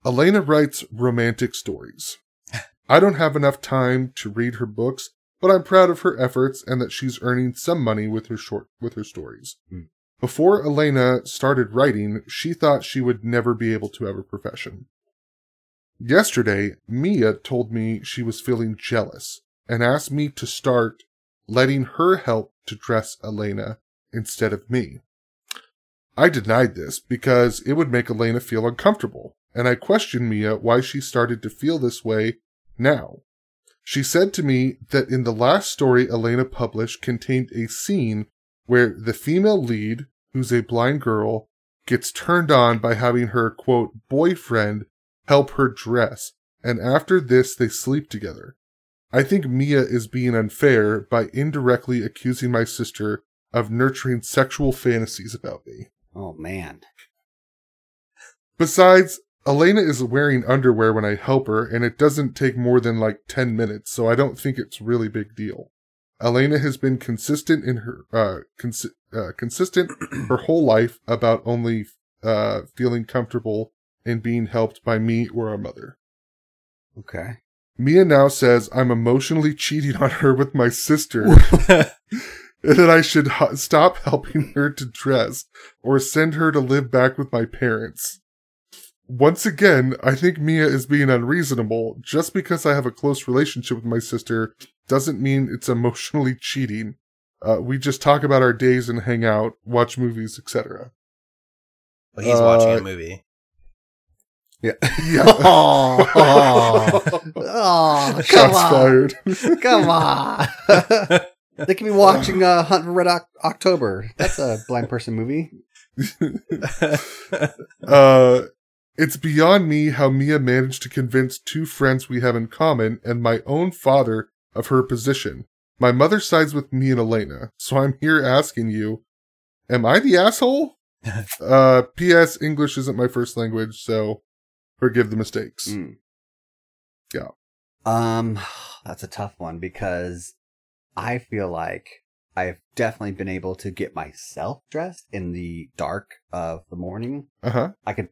Speaker 3: Elena writes romantic stories. I don't have enough time to read her books, but I'm proud of her efforts and that she's earning some money with her short with her stories. Before Elena started writing, she thought she would never be able to have a profession. Yesterday, Mia told me she was feeling jealous and asked me to start letting her help to dress Elena instead of me. I denied this because it would make Elena feel uncomfortable, and I questioned Mia why she started to feel this way now. She said to me that in the last story Elena published contained a scene where the female lead, who's a blind girl, gets turned on by having her, quote, boyfriend help her dress, and after this they sleep together. I think Mia is being unfair by indirectly accusing my sister of nurturing sexual fantasies about me.
Speaker 1: Oh man.
Speaker 3: Besides, Elena is wearing underwear when I help her, and it doesn't take more than like 10 minutes, so I don't think it's really big deal. Elena has been consistent in her uh, consi- uh consistent her whole life about only uh feeling comfortable and being helped by me or our mother.
Speaker 1: Okay.
Speaker 3: Mia now says I'm emotionally cheating on her with my sister and that I should h- stop helping her to dress or send her to live back with my parents. Once again, I think Mia is being unreasonable. Just because I have a close relationship with my sister doesn't mean it's emotionally cheating. Uh, we just talk about our days and hang out, watch movies, etc.
Speaker 2: Well, he's
Speaker 3: Uh,
Speaker 2: watching a movie.
Speaker 1: Yeah.
Speaker 3: Yeah.
Speaker 1: Oh, come
Speaker 3: Shots
Speaker 1: Oh, on.
Speaker 3: fired.
Speaker 1: Come on. they can be watching uh, Hunt for Red Oc- October. That's a blind person movie.
Speaker 3: Uh, it's beyond me how Mia managed to convince two friends we have in common and my own father of her position. My mother sides with me and Elena, so I'm here asking you, am I the asshole? uh, P.S. English isn't my first language, so forgive the mistakes.
Speaker 1: Mm.
Speaker 3: Yeah.
Speaker 1: Um, that's a tough one because I feel like I've definitely been able to get myself dressed in the dark of the morning.
Speaker 3: Uh huh.
Speaker 1: I could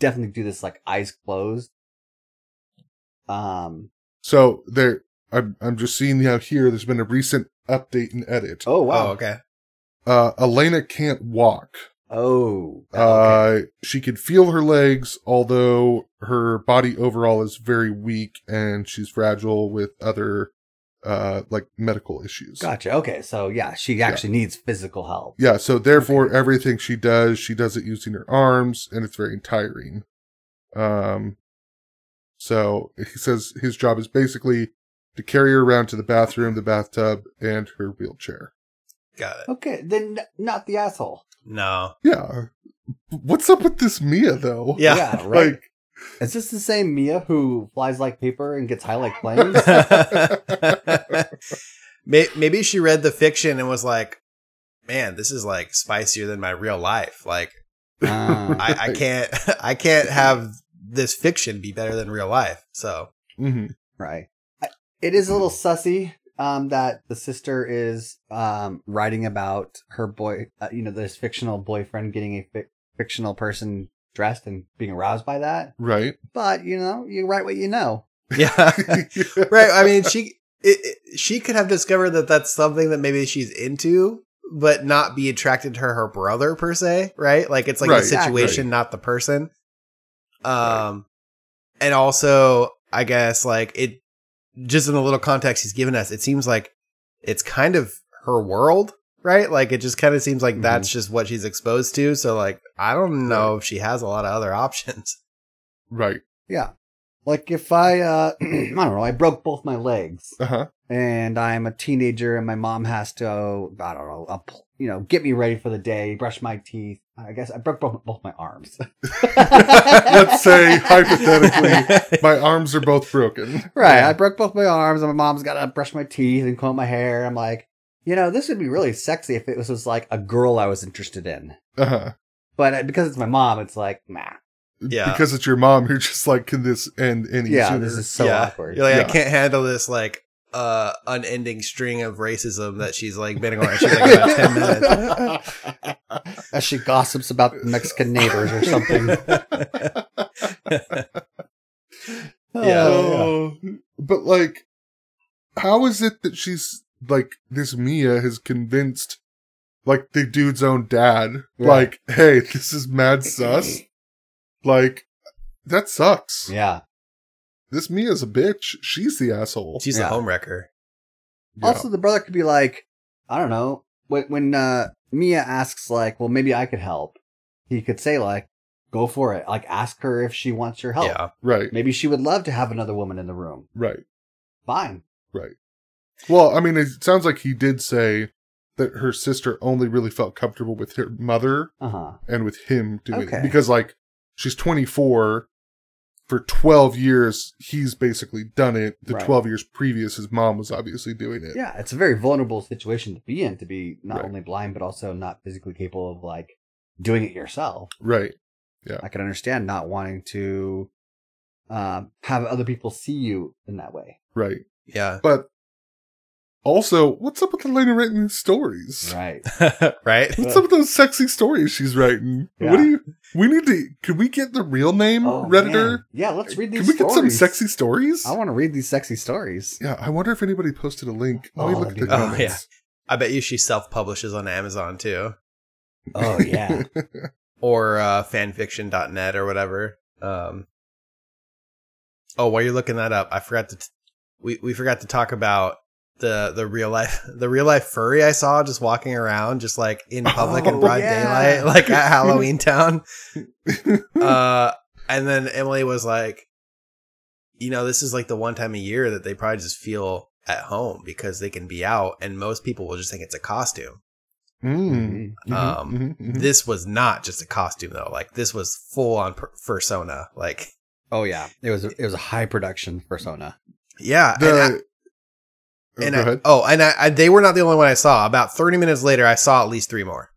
Speaker 1: definitely do this like eyes closed. Um.
Speaker 3: So there, I'm I'm just seeing how here. There's been a recent update and edit.
Speaker 1: Oh
Speaker 2: Oh,
Speaker 1: wow.
Speaker 2: okay.
Speaker 3: Uh, Elena can't walk.
Speaker 1: Oh. okay.
Speaker 3: Uh, she could feel her legs, although her body overall is very weak and she's fragile with other, uh, like medical issues.
Speaker 1: Gotcha. Okay. So yeah, she actually needs physical help.
Speaker 3: Yeah. So therefore, everything she does, she does it using her arms, and it's very tiring. Um, so he says his job is basically to carry her around to the bathroom, the bathtub, and her wheelchair.
Speaker 2: Got it.
Speaker 1: Okay. Then n- not the asshole.
Speaker 2: No.
Speaker 3: Yeah. What's up with this Mia though?
Speaker 2: Yeah.
Speaker 1: right.
Speaker 3: Like,
Speaker 1: Is this the same Mia who flies like paper and gets high like flames?
Speaker 2: May- Maybe she read the fiction and was like, "Man, this is like spicier than my real life. Like,
Speaker 1: Ah.
Speaker 2: I, I
Speaker 3: Right.
Speaker 2: can't, I can't have this fiction be better than real life." So,
Speaker 3: mhm.
Speaker 1: Right. I- It is a little sussy um, that the sister is um, writing about her boy, uh, you know, this fictional boyfriend getting a fic- fictional person dressed and being aroused by that.
Speaker 3: right.
Speaker 1: But, you know, you write what you know.
Speaker 2: yeah. right uh i mean she it, it- she could have discovered that that's something that maybe she's into but not be attracted to her, her brother per se right like it's like
Speaker 3: Right.
Speaker 2: the
Speaker 1: Exactly.
Speaker 2: situation not the person um and also i guess like it just in the little context he's given us it seems like it's kind of her world right like it just kind of seems like
Speaker 1: Mhm.
Speaker 2: that's just what she's exposed to so like i don't know if she has a lot of other options
Speaker 3: Right.
Speaker 1: Yeah. Like if I, uh, I don't know, I broke both my legs
Speaker 3: Uh huh.
Speaker 1: and I'm a teenager and my mom has to, I don't know, up, you know, get me ready for the day, brush my teeth. I guess I broke both, both my arms.
Speaker 3: Let's say hypothetically, my arms are both broken.
Speaker 1: Right.
Speaker 2: Yeah.
Speaker 1: I broke both my arms, and my mom's got to brush my teeth and comb my hair. I'm like, you know, this would be really sexy if it was, was like a girl I was interested in.
Speaker 3: Uh huh.
Speaker 1: But uh, because it's my mom, it's like, nah.
Speaker 2: Yeah.
Speaker 3: Because it's your mom, you're just like, can this end any
Speaker 1: yeah,
Speaker 3: sooner?
Speaker 1: this is so awkward.
Speaker 2: You're like, I
Speaker 3: Yeah.
Speaker 2: can't handle this like uh unending string of racism that she's like been on. She's like about ten minutes.
Speaker 1: As she gossips about Mexican neighbors or something.
Speaker 2: Yeah.
Speaker 1: Oh,
Speaker 3: Oh, But like, how is it that she's like this? Mia has convinced like the dude's own dad,
Speaker 1: Right.
Speaker 3: like, hey, this is mad sus. like, that sucks.
Speaker 1: yeah.
Speaker 3: This Mia's a bitch. She's the asshole.
Speaker 2: She's
Speaker 1: Yeah.
Speaker 2: a homewrecker.
Speaker 3: Yeah.
Speaker 1: Also, the brother could be like, I don't know, when when uh, Mia asks, like, well, maybe I could help. He could say, like, go for it. Like, ask her if she wants your help.
Speaker 2: Yeah.
Speaker 3: right,
Speaker 1: Maybe she would love to have another woman in the room.
Speaker 3: right.
Speaker 1: Fine.
Speaker 3: Well, I mean, it sounds like he did say that her sister only really felt comfortable with her mother
Speaker 1: Uh huh.
Speaker 3: and with him doing
Speaker 1: Okay.
Speaker 3: it because, like, she's 24. For 12 years, he's basically done it. The
Speaker 1: Right.
Speaker 3: 12 years previous, his mom was obviously doing it.
Speaker 1: Yeah, it's a very vulnerable situation to be in to be not
Speaker 3: Right.
Speaker 1: only blind but also not physically capable of like doing it yourself.
Speaker 3: Right.
Speaker 1: I can understand not wanting to uh, um, have other people see you in that way.
Speaker 3: Right.
Speaker 2: Yeah.
Speaker 3: But Also, what's up with Elena writing these stories?
Speaker 1: Right.
Speaker 2: right?
Speaker 3: What's up with those sexy stories she's writing?
Speaker 1: Yeah.
Speaker 3: What do you? We need to. Could we get the real name
Speaker 1: Oh,
Speaker 3: redditor?
Speaker 1: man. Yeah, let's read
Speaker 3: Can
Speaker 1: these
Speaker 3: we get some
Speaker 1: stories.
Speaker 3: sexy stories?
Speaker 1: I want to read these sexy stories.
Speaker 3: yeah, I wonder if anybody posted a link. Let me
Speaker 1: Oh,
Speaker 3: look at the
Speaker 1: dude.
Speaker 2: Oh,
Speaker 3: comments.
Speaker 2: I bet you she self publishes on Amazon too,
Speaker 1: Oh yeah.
Speaker 2: or uh, fanfiction.net or whatever. Um, oh, while you're looking that up, I forgot to t- we we forgot to talk about the the real life the real life furry I saw just walking around just like in public in
Speaker 1: Oh,
Speaker 2: broad
Speaker 1: yeah.
Speaker 2: daylight like at Halloween Town. uh, and then Emily was like, you know, this is like the one time a year that they probably just feel at home because they can be out, and most people will just think it's a costume.
Speaker 3: Mm.
Speaker 1: Mhm.
Speaker 3: Mhm,
Speaker 2: Oh, Um,
Speaker 3: mhm, mhm.
Speaker 2: This was not just a costume though; like this was full on per- persona. Like,
Speaker 1: Oh yeah. It was it was a high production persona.
Speaker 2: yeah,
Speaker 3: the,
Speaker 2: and I-
Speaker 3: oh,
Speaker 2: and
Speaker 3: go
Speaker 2: I-
Speaker 3: ahead.
Speaker 2: oh, and I, I, they were not the only one I saw. About thirty minutes later, I saw at least three more.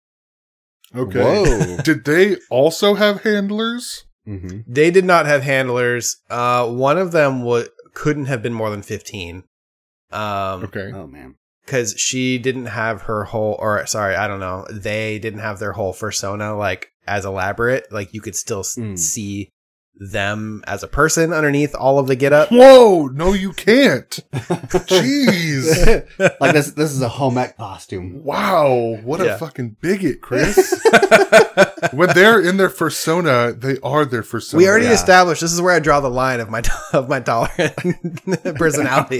Speaker 3: Okay.
Speaker 1: Whoa.
Speaker 3: Did they also have handlers?
Speaker 1: hmm
Speaker 2: They did not have handlers. Uh, one of them was couldn't have been more than fifteen. Um,
Speaker 3: Okay.
Speaker 1: Oh man.
Speaker 2: because she didn't have her whole or sorry i don't know they didn't have their whole persona like as elaborate like you could still s-
Speaker 3: Hmm.
Speaker 1: Mm.
Speaker 2: see them as a person underneath all of the get up
Speaker 3: Whoa! No, you can't. Jeez.
Speaker 1: like this this is a home ec costume.
Speaker 3: Wow, what
Speaker 2: Yeah.
Speaker 3: a fucking bigot, Chris. when they're in their persona, they are their persona.
Speaker 2: we already
Speaker 1: Yeah.
Speaker 2: established this is where i draw the line of my of my tolerant personality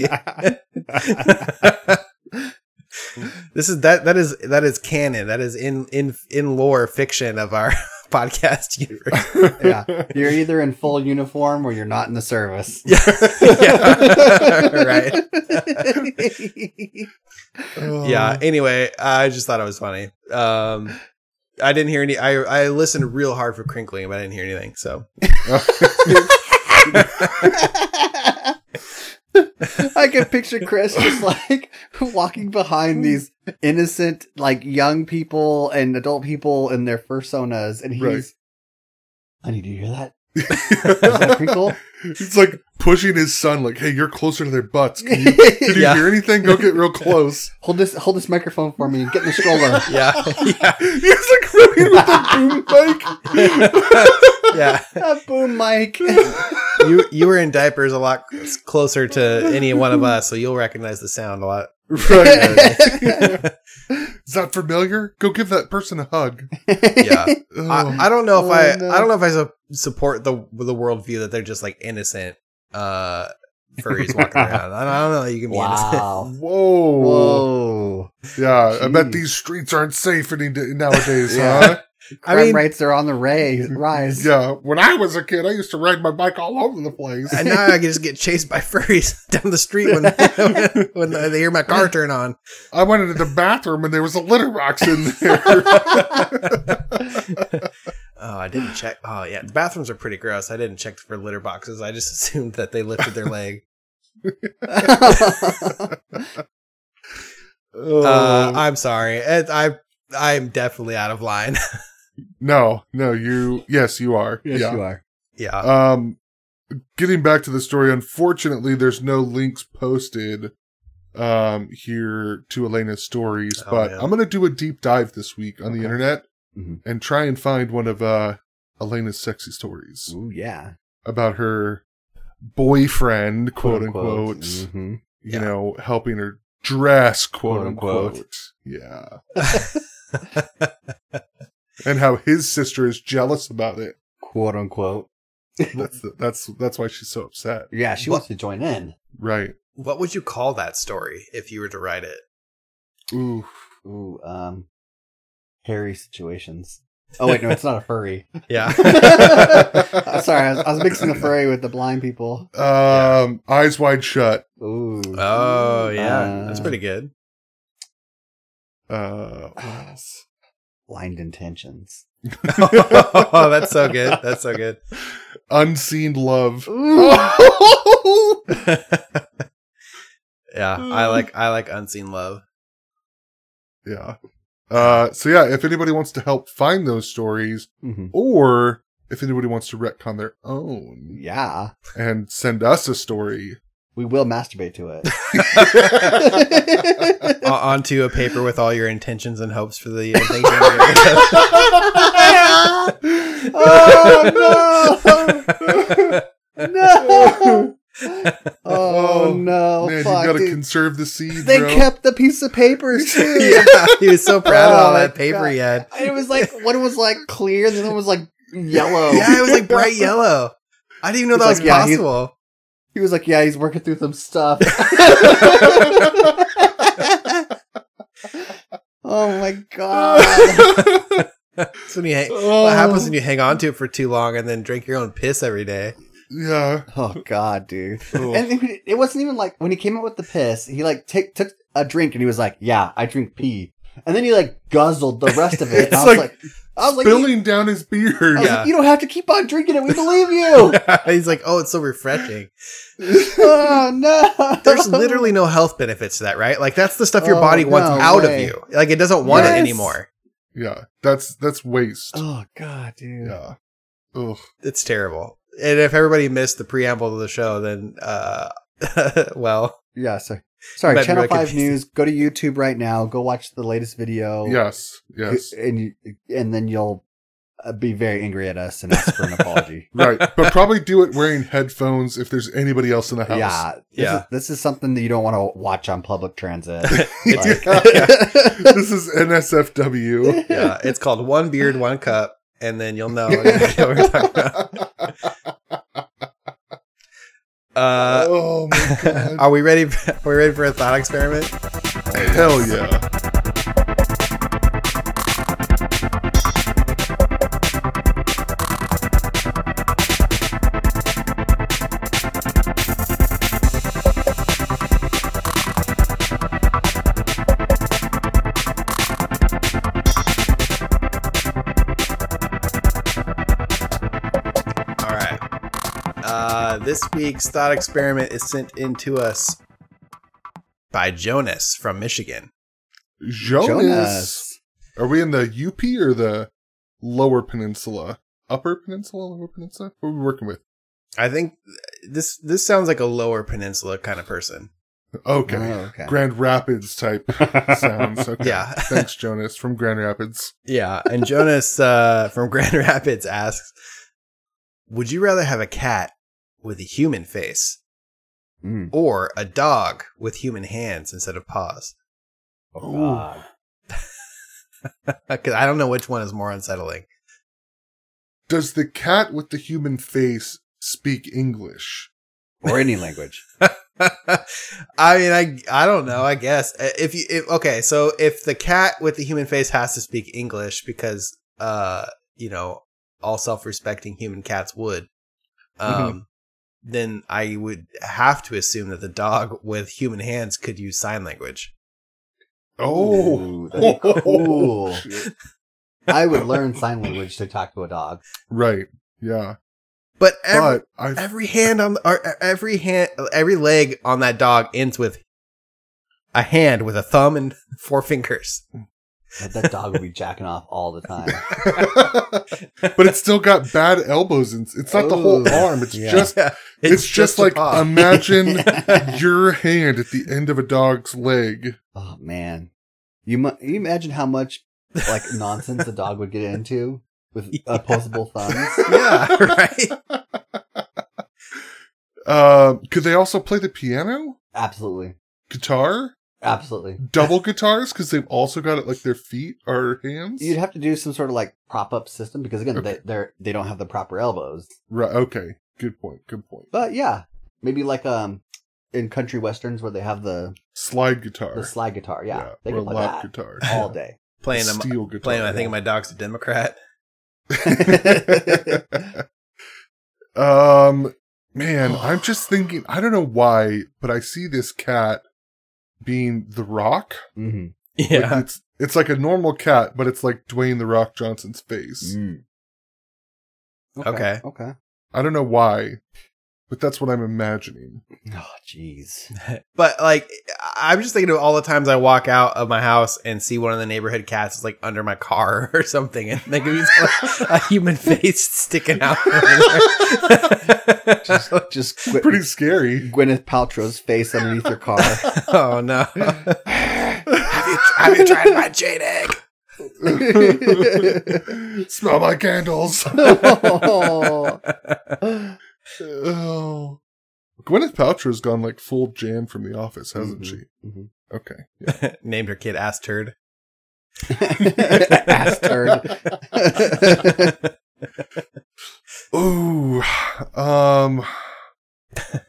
Speaker 2: this is that that is that is canon that is in in in lore fiction of our podcast universe
Speaker 1: yeah. You're either in full uniform or you're not in the service.
Speaker 2: yeah, yeah. right
Speaker 3: Oh. Um,
Speaker 2: yeah anyway i just thought it was funny um i didn't hear any i i listened real hard for crinkling but i didn't hear anything so
Speaker 1: I can picture Chris just like walking behind these innocent, like young people and adult people in their personas, and he's.
Speaker 3: Right.
Speaker 1: Honey, do you hear that? Is that crinkle?
Speaker 3: He's like pushing his son, like, hey, you're closer to their butts. Can you, can you
Speaker 2: Yeah.
Speaker 3: hear anything? Go get real close.
Speaker 1: hold this, hold this microphone for me and get in the stroller.
Speaker 2: yeah yeah
Speaker 3: He's like running with the boom mic. Oh,
Speaker 2: yeah
Speaker 1: Ah, boom, Mike.
Speaker 2: you you were in diapers a lot closer to any one of us so you'll recognize the sound a lot
Speaker 3: Right. Is that familiar? Go give that person a hug.
Speaker 2: yeah
Speaker 3: Oh,
Speaker 2: I, I don't know if
Speaker 1: Oh,
Speaker 2: i
Speaker 1: no.
Speaker 2: i don't know if i su- support the the worldview that they're just like innocent uh furries walking around i don't, I don't know that you can be innocent
Speaker 1: wow.
Speaker 3: Whoa.
Speaker 1: Whoa.
Speaker 3: Yeah, I bet
Speaker 1: Jeez.
Speaker 3: these streets aren't safe any d- nowadays,
Speaker 1: Yeah.
Speaker 3: huh?
Speaker 1: Crime
Speaker 2: mean-
Speaker 1: rates are on the ray, rise.
Speaker 3: Yeah, when I was a kid, I used to ride my bike all over the place.
Speaker 2: and now I can just get chased by furries down the street when when, they hear my car turn on.
Speaker 3: I went into the bathroom and there was a litter box in there.
Speaker 2: Oh, I didn't check. Oh, yeah, the bathrooms are pretty gross. I didn't check for litter boxes. I just assumed that they lifted their leg. Uh,
Speaker 3: Oh.
Speaker 2: I'm sorry. It, I I'm definitely out of line.
Speaker 3: no, no, you. Yes, you are.
Speaker 1: yes,
Speaker 3: yeah.
Speaker 1: you are. Oh.
Speaker 2: yeah.
Speaker 3: Um, getting back to the story, unfortunately, there's no links posted um here to Elena's stories,
Speaker 2: Oh,
Speaker 3: but
Speaker 2: man.
Speaker 3: I'm gonna do a deep dive this week on
Speaker 1: Okay.
Speaker 3: the internet
Speaker 1: Mhm.
Speaker 3: and try and find one of uh Elena's sexy stories
Speaker 1: Ooh, yeah.
Speaker 3: about her boyfriend, quote, unquote,
Speaker 1: Mm-hmm.
Speaker 3: you
Speaker 2: Yeah.
Speaker 3: know, helping her dress, quote,
Speaker 1: Quote,
Speaker 3: unquote.
Speaker 1: unquote.
Speaker 3: Yeah. And how his sister is jealous about it.
Speaker 1: Quote unquote.
Speaker 3: That's that's that's why she's so upset.
Speaker 1: Yeah, she wants to join in.
Speaker 3: Right.
Speaker 2: what would you call that story if you were to write it?
Speaker 3: Ooh.
Speaker 1: Ooh, um, hairy situations. Oh wait, no, it's not a furry.
Speaker 2: Yeah.
Speaker 1: Uh, Sorry, I was, I was mixing the furry with the blind people.
Speaker 3: Um, eyes wide shut.
Speaker 1: Ooh.
Speaker 2: Oh yeah, that's
Speaker 1: Uh,
Speaker 2: pretty good.
Speaker 3: Uh,
Speaker 1: Blind intentions.
Speaker 2: oh, that's so good. That's so good.
Speaker 3: unseen love.
Speaker 2: yeah, I like I like unseen love.
Speaker 3: Yeah. Uh, so yeah, if anybody wants to help find those stories,
Speaker 1: Mhm.
Speaker 3: or if anybody wants to retcon their own
Speaker 1: Yeah.
Speaker 3: and send us a story,
Speaker 1: we will masturbate to it.
Speaker 2: O- onto a paper with all your intentions and hopes for the uh, things you're gonna get rid of.
Speaker 1: oh no! No! Oh,
Speaker 3: Oh,
Speaker 1: no!
Speaker 3: Man, you
Speaker 1: Fuck,
Speaker 3: gotta
Speaker 1: dude.
Speaker 3: conserve the seed,
Speaker 1: they
Speaker 3: bro.
Speaker 1: kept the piece of paper too.
Speaker 2: yeah, he was so proud of all
Speaker 1: Oh,
Speaker 2: that
Speaker 1: my
Speaker 2: paper he had.
Speaker 1: It was like one was like clear, and the other one was like yellow.
Speaker 2: Yeah, it was like bright yellow. I didn't even know
Speaker 1: It's like,
Speaker 2: that was
Speaker 1: yeah, he's-
Speaker 2: possible.
Speaker 1: He was like, "Yeah, he's working through some stuff." oh my god!
Speaker 2: That's when you hang,
Speaker 3: Oh,
Speaker 2: what happens when you hang on to it for too long and then drink your own piss every day.
Speaker 3: yeah.
Speaker 1: Oh god, dude!
Speaker 3: Oh.
Speaker 1: And it, it wasn't even like when he came out with the piss. He like take, took a drink and he was like, "Yeah, I drink pee," and then he like guzzled the rest of it. And
Speaker 3: It's
Speaker 1: I was
Speaker 3: like
Speaker 1: like, "I was like." you-
Speaker 3: Spilling down his beard.
Speaker 1: I was
Speaker 2: Yeah.
Speaker 1: like, you don't have to keep on drinking it. We believe you.
Speaker 2: He's like, oh, it's so refreshing.
Speaker 1: oh no!
Speaker 2: There's literally no health benefits to that, right? Like that's the stuff your
Speaker 1: Oh,
Speaker 2: body wants
Speaker 1: no
Speaker 2: out
Speaker 1: way.
Speaker 2: of you. Like it doesn't want
Speaker 1: Yes.
Speaker 2: it anymore.
Speaker 3: Yeah, that's that's waste.
Speaker 1: Oh god, dude.
Speaker 3: Yeah. Ugh.
Speaker 2: It's terrible. And if everybody missed the preamble to the show, then uh, well,
Speaker 1: Yeah, sorry. Sorry,
Speaker 2: Might be
Speaker 1: Channel 5
Speaker 2: recognized.
Speaker 1: News, go to YouTube right now, go watch the latest video.
Speaker 3: Yes. Yes.
Speaker 1: And you, and then you'll uh, be very angry at us and ask for an apology.
Speaker 3: right. But probably do it wearing headphones if there's anybody else in the house.
Speaker 1: Yeah. This
Speaker 2: Yeah.
Speaker 1: Is, this is something that you don't want to watch on public transit.
Speaker 2: it's,
Speaker 3: This is NSFW.
Speaker 2: yeah, it's called one beard, one cup, and then you'll know. exactly what we're talking about. Uh,
Speaker 3: oh my god.
Speaker 2: are we ready? Are we ready for a thought experiment?
Speaker 3: Hell yeah.
Speaker 2: All right. Uh, this week's thought experiment is sent in to us by Jonas from Michigan.
Speaker 3: Jonas. Are we in the UP or the lower peninsula? Upper peninsula, lower peninsula? What are we working with?
Speaker 2: I think this this sounds like a lower peninsula kind of person.
Speaker 3: Okay.
Speaker 1: Oh, okay.
Speaker 3: Grand Rapids type sounds. Okay.
Speaker 2: Yeah.
Speaker 3: Thanks, Jonas, from Grand Rapids.
Speaker 2: Yeah, and Jonas uh, from Grand Rapids asks, "Would you rather have a cat with a human face
Speaker 1: Mm.
Speaker 2: or a dog with human hands instead of paws?"
Speaker 1: Oh,
Speaker 3: Ooh.
Speaker 1: God.
Speaker 2: Because Uh, I don't know which one is more unsettling.
Speaker 3: Does the cat with the human face speak English?
Speaker 1: Or any language.
Speaker 2: I mean, I I don't know. I guess Uh, if you if, okay, so if the cat with the human face has to speak English because uh you know all self-respecting human cats would, um,
Speaker 3: Mm-hmm.
Speaker 2: then I would have to assume that the dog with human hands could use sign language.
Speaker 3: Oh.
Speaker 1: Ooh, that'd be cool. I would learn sign language to talk to a dog.
Speaker 3: Right. Yeah.
Speaker 2: But every,
Speaker 3: but I
Speaker 2: every hand on or e-, every hand every leg on that dog ends with a hand with a thumb and four fingers.
Speaker 1: That- That dog would be jacking off all the time.
Speaker 3: but it's still got bad elbows and it's not the whole
Speaker 1: Ooh.
Speaker 3: arm. It's
Speaker 1: Oh, Yeah.
Speaker 3: just
Speaker 2: Yeah,
Speaker 3: it's, just,
Speaker 2: a
Speaker 3: like
Speaker 2: paw.
Speaker 3: imagine your hand at the end of a dog's leg.
Speaker 1: Oh man, you mu- you imagine how much like nonsense a dog would get into with opposable thumbs?
Speaker 2: yeah, right.
Speaker 3: Um, could they also play the piano?
Speaker 1: Absolutely,
Speaker 3: Guitar?
Speaker 1: absolutely.
Speaker 3: Double guitars? Because they've also got it like their feet are hands?
Speaker 1: You'd have to do some sort of like prop up system because again, they they're they don't have the proper elbows.
Speaker 3: Right. Okay. Good point. Good point.
Speaker 1: But yeah, maybe like um in country westerns where they have the
Speaker 3: Slide guitar.
Speaker 1: the slide guitar. Yeah,
Speaker 3: Yeah,
Speaker 1: they
Speaker 3: or
Speaker 1: can play
Speaker 3: lap
Speaker 1: that
Speaker 3: guitar.
Speaker 1: all day.
Speaker 2: playing them,
Speaker 3: Steel guitar.
Speaker 2: playing. I think my dog's a Democrat.
Speaker 3: um man i'm just thinking i don't know why but i see this cat being the rock
Speaker 1: hmm
Speaker 3: Like, it's it's like a normal cat but it's like dwayne the rock
Speaker 1: Mm.
Speaker 3: johnson's face
Speaker 2: Okay.
Speaker 1: Okay.
Speaker 3: i don't know why but that's what I'm imagining.
Speaker 1: Oh, jeez.
Speaker 2: But like, I- I'm just thinking of all the times I walk out of my house and see one of the neighborhood cats is like under my car or something, and like it's like a human face sticking out. From there.
Speaker 1: Just, just Gwy-
Speaker 3: Pretty scary.
Speaker 1: Gwyneth Paltrow's face underneath your car.
Speaker 2: oh no!
Speaker 3: Have
Speaker 2: you, have you tried my jade egg?
Speaker 3: Smell my candles.
Speaker 1: oh.
Speaker 3: oh. Gwyneth Paltrow's gone like full Jan from The Office, hasn't
Speaker 1: Mhm.
Speaker 3: she?
Speaker 1: Mhm.
Speaker 3: Okay.
Speaker 2: Named her kid ass turd.
Speaker 1: Ass turd.
Speaker 3: Ooh. Um.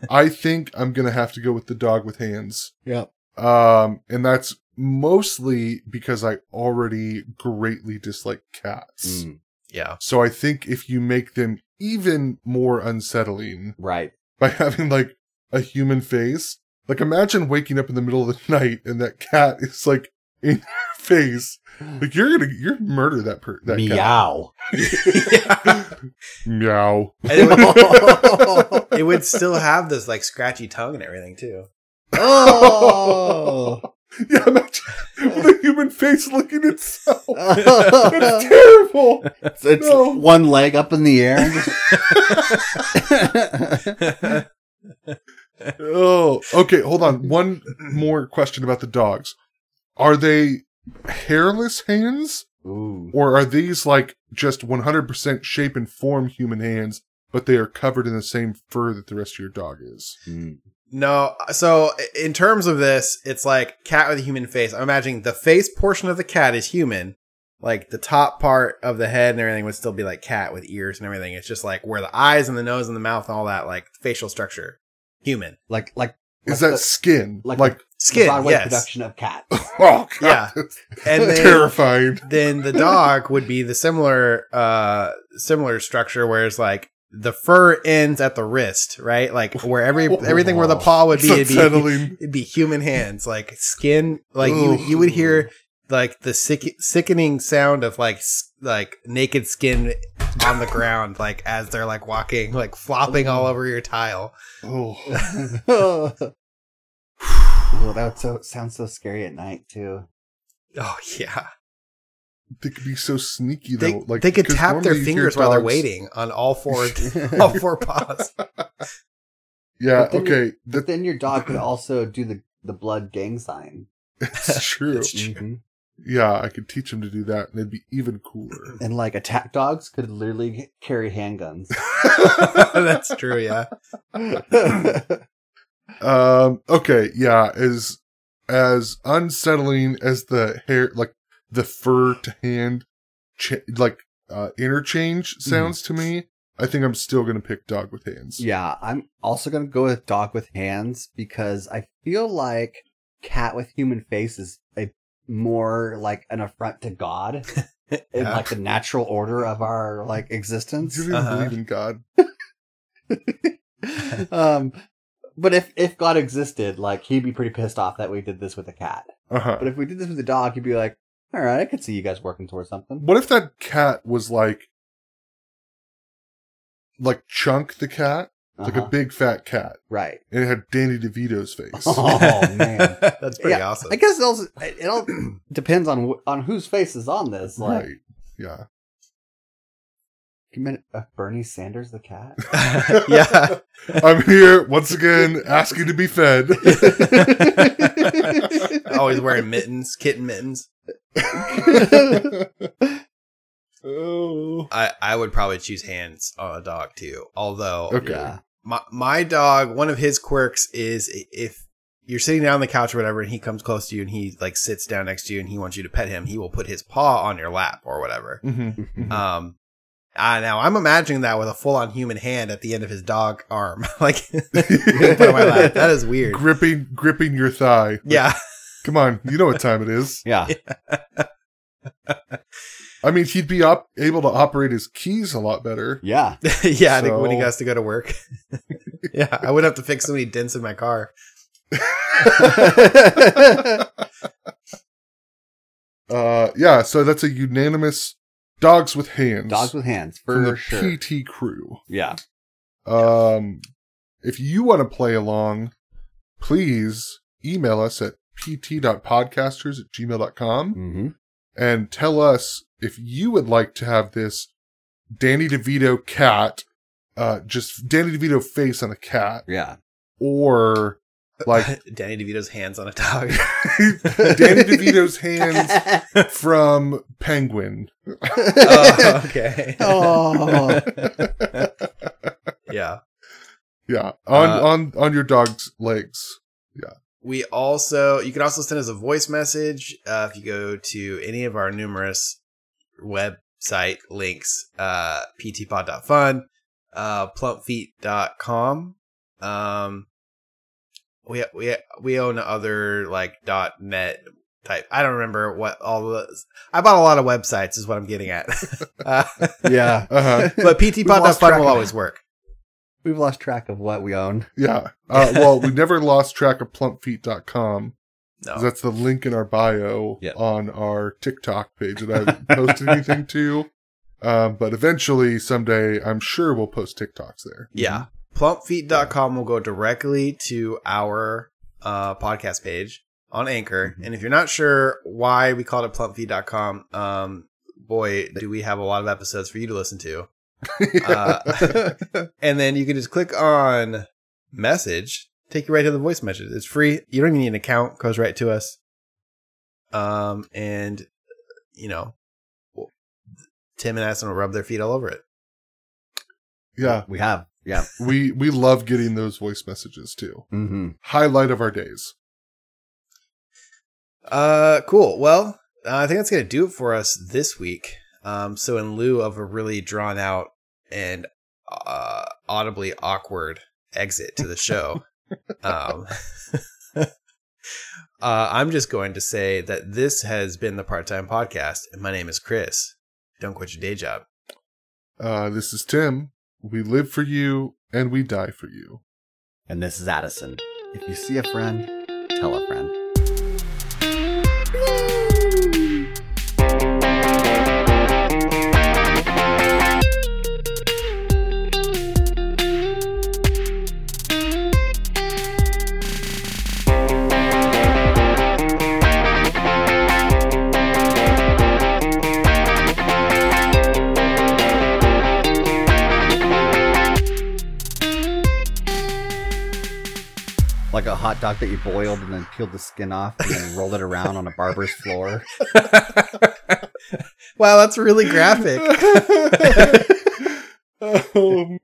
Speaker 3: I think I'm gonna have to go with the dog with hands.
Speaker 1: yep.
Speaker 3: Um, and that's mostly because I already greatly dislike cats.
Speaker 1: Mm,
Speaker 2: Yeah.
Speaker 3: So I think if you make them even more unsettling
Speaker 1: right.
Speaker 3: by having like a human face, like imagine waking up in the middle of the night and that cat is like in your face. Like you're gonna you're gonna murder that per that cat.
Speaker 1: Meow.
Speaker 3: Meow.
Speaker 2: And it, would, it would still have this like scratchy tongue and everything too.
Speaker 1: oh.
Speaker 3: Yeah, imagine with a human face looking itself. That's
Speaker 2: Uh-huh.
Speaker 1: it's
Speaker 3: terrible.
Speaker 1: it's
Speaker 3: No.
Speaker 1: one leg up in the air. and
Speaker 3: Oh, okay. Hold on. One more question about the dogs. Are they hairless hands,
Speaker 1: just- Ooh.
Speaker 3: or are these like just 100% shape and form human hands, but they are covered in the same fur that the rest of your dog is?
Speaker 1: Mm.
Speaker 2: No, so in terms of this, it's like cat with a human face. I'm imagining the face portion of the cat is human, like the top part of the head and everything would still be like cat with ears and everything. It's just like where the eyes and the nose and the mouth and all that, like facial structure, human
Speaker 1: Like like
Speaker 3: Is
Speaker 1: Like
Speaker 3: that
Speaker 1: the-
Speaker 3: skin?
Speaker 1: like
Speaker 3: Like,
Speaker 1: the
Speaker 2: skin.
Speaker 1: Broadway
Speaker 2: Yes,
Speaker 1: production of Cats.
Speaker 3: oh, God.
Speaker 2: Yeah. and then,
Speaker 3: terrifying.
Speaker 2: then the dog would be the similar, uh, similar structure where it's like. The fur ends at the wrist, right? Like where every everything where the
Speaker 1: Oh.
Speaker 2: paw would be,
Speaker 3: It's
Speaker 2: it'd be
Speaker 3: unsettling.
Speaker 2: it'd be human hands, like skin, like you you would hear like the sick, sickening sound of like s- like naked skin on the ground, like as they're like walking, like flopping all over your tile.
Speaker 3: Oh.
Speaker 1: oh, that would so sounds so scary at night too.
Speaker 2: Oh yeah,
Speaker 3: They could be so sneaky
Speaker 2: they
Speaker 3: though. Like
Speaker 2: they could
Speaker 3: 'cause
Speaker 2: tap their
Speaker 3: normally you hear
Speaker 2: fingers while they're
Speaker 3: dogs-
Speaker 2: waiting on all four all four paws.
Speaker 3: Yeah.
Speaker 1: But then
Speaker 3: Okay.
Speaker 1: but
Speaker 3: That,
Speaker 1: then your dog could also do the the blood gang sign.
Speaker 3: that's true.
Speaker 2: That's true.
Speaker 1: Mhm.
Speaker 3: Yeah, I could teach them to do that, and it'd be even cooler.
Speaker 1: And like attack dogs could literally carry handguns.
Speaker 2: That's true. Yeah,
Speaker 3: Um. Okay. Yeah. As as unsettling as the hair, like the fur to hand, cha- like uh, interchange sounds to me. I think I'm still gonna pick dog with hands.
Speaker 1: Mm-hmm. Yeah, I'm also gonna go with dog with hands because I feel like cat with human face is a more like an affront to God in
Speaker 2: Yeah.
Speaker 1: like the natural order of our like
Speaker 3: You
Speaker 1: existence.
Speaker 3: don't even
Speaker 2: Uh-huh.
Speaker 3: believe in God.
Speaker 1: um, but if if God existed, like he'd be pretty pissed off that we did this with a cat.
Speaker 3: Uh huh.
Speaker 1: But if we did this with a dog, he'd be like, "All right, I could see you guys working towards something."
Speaker 3: What if that cat was like, like Chunk the cat, like a
Speaker 1: Uh-huh.
Speaker 3: big fat cat,
Speaker 1: right.
Speaker 3: and it had Danny DeVito's face?
Speaker 1: Oh man,
Speaker 2: that's pretty
Speaker 1: Yeah,
Speaker 2: awesome.
Speaker 1: I guess it also it all depends on wh- on whose face is on this. Like,
Speaker 3: right. Yeah.
Speaker 1: you meant uh, Bernie Sanders the cat?
Speaker 2: yeah.
Speaker 3: I'm here once again asking to be fed.
Speaker 2: Always wearing mittens, kitten mittens.
Speaker 3: oh.
Speaker 2: I, I would probably choose hands on a dog too. Although
Speaker 3: Okay.
Speaker 1: Yeah.
Speaker 2: my my dog, one of his quirks is i- if you're sitting down on the couch or whatever, and he comes close to you and he like sits down next to you and he wants you to pet him, he will put his paw on your lap or whatever.
Speaker 3: hmm
Speaker 2: Um, I now I'm imagining that with a full on human hand at the end of his dog arm, like put on my lap. That is weird.
Speaker 3: gripping, gripping your thigh.
Speaker 2: Yeah,
Speaker 3: Come on, you know what time it is.
Speaker 1: Yeah.
Speaker 3: I mean, he'd be op- able to operate his keys a lot better.
Speaker 1: Yeah.
Speaker 2: yeah. I think when he
Speaker 3: So-
Speaker 2: has to go to work, yeah, I would have to fix so many dents in my car.
Speaker 3: Uh, yeah. So that's a unanimous dogs with hands.
Speaker 1: Dogs with hands
Speaker 3: from
Speaker 1: for
Speaker 3: the
Speaker 1: sure.
Speaker 3: PT crew.
Speaker 1: Yeah.
Speaker 3: Um, If you want to play along, please email us at pt.podcasters at gmail.com
Speaker 1: Mm-hmm.
Speaker 3: and tell us if you would like to have this Danny DeVito cat, uh, just Danny DeVito face on a cat,
Speaker 1: Yeah.
Speaker 3: or like
Speaker 2: Danny DeVito's hands on a dog.
Speaker 3: Danny DeVito's hands from Penguin.
Speaker 2: oh, okay.
Speaker 1: oh.
Speaker 2: Yeah.
Speaker 3: Yeah, on
Speaker 2: Uh,
Speaker 3: on on your dog's legs.
Speaker 2: We also you can also send us a voice message uh, if you go to any of our numerous website links, uh, ptpod.fun, uh, plumpfeet.com. Um, we we we own other like dot net type. I don't remember what all those. I bought a lot of websites, is what I'm getting at. uh,
Speaker 1: Yeah.
Speaker 3: Uh-huh.
Speaker 2: but
Speaker 1: lost
Speaker 2: ptpod.fun
Speaker 1: track
Speaker 2: will
Speaker 1: of
Speaker 2: always work.
Speaker 1: We've lost track of what we own.
Speaker 3: Yeah. Uh, well, we never lost track of plumpfeet.com.
Speaker 2: No.
Speaker 3: That's the link in our bio
Speaker 1: Yep.
Speaker 3: on our TikTok page that I haven't posted anything to. Um, but eventually, someday, I'm sure we'll post TikToks there.
Speaker 2: Yeah. Plumpfeet.com will go directly to our uh, podcast page on Anchor.
Speaker 1: Mhm.
Speaker 2: And if you're not sure why we called it plumpfeet.com, um, boy, do we have a lot of episodes for you to listen to. Uh, and then you can just click on message, take you right to the voice message. It's free. You don't even need an account, goes right to us. Um, and, you know, w- Tim and Addison will rub their feet all over it.
Speaker 3: yeah.
Speaker 1: We have. Yeah.
Speaker 3: We we love getting those voice messages too.
Speaker 1: Mm-hmm.
Speaker 3: Highlight of our days.
Speaker 2: Uh, cool. Well, uh, I think that's gonna do it for us this week. Um, so in lieu of a really drawn out and uh, audibly awkward exit to the show, um, uh, I'm just going to say that this has been the Part Time Podcast, and my name is Chris. Don't quit your day job.
Speaker 3: Uh, this is Tim. We live for you and we die for you.
Speaker 1: And this is Addison. If you see a friend, tell a friend. Like a hot dog that you boiled and then peeled the skin off and then rolled it around on a barber's floor.
Speaker 2: wow, that's really graphic.
Speaker 3: um,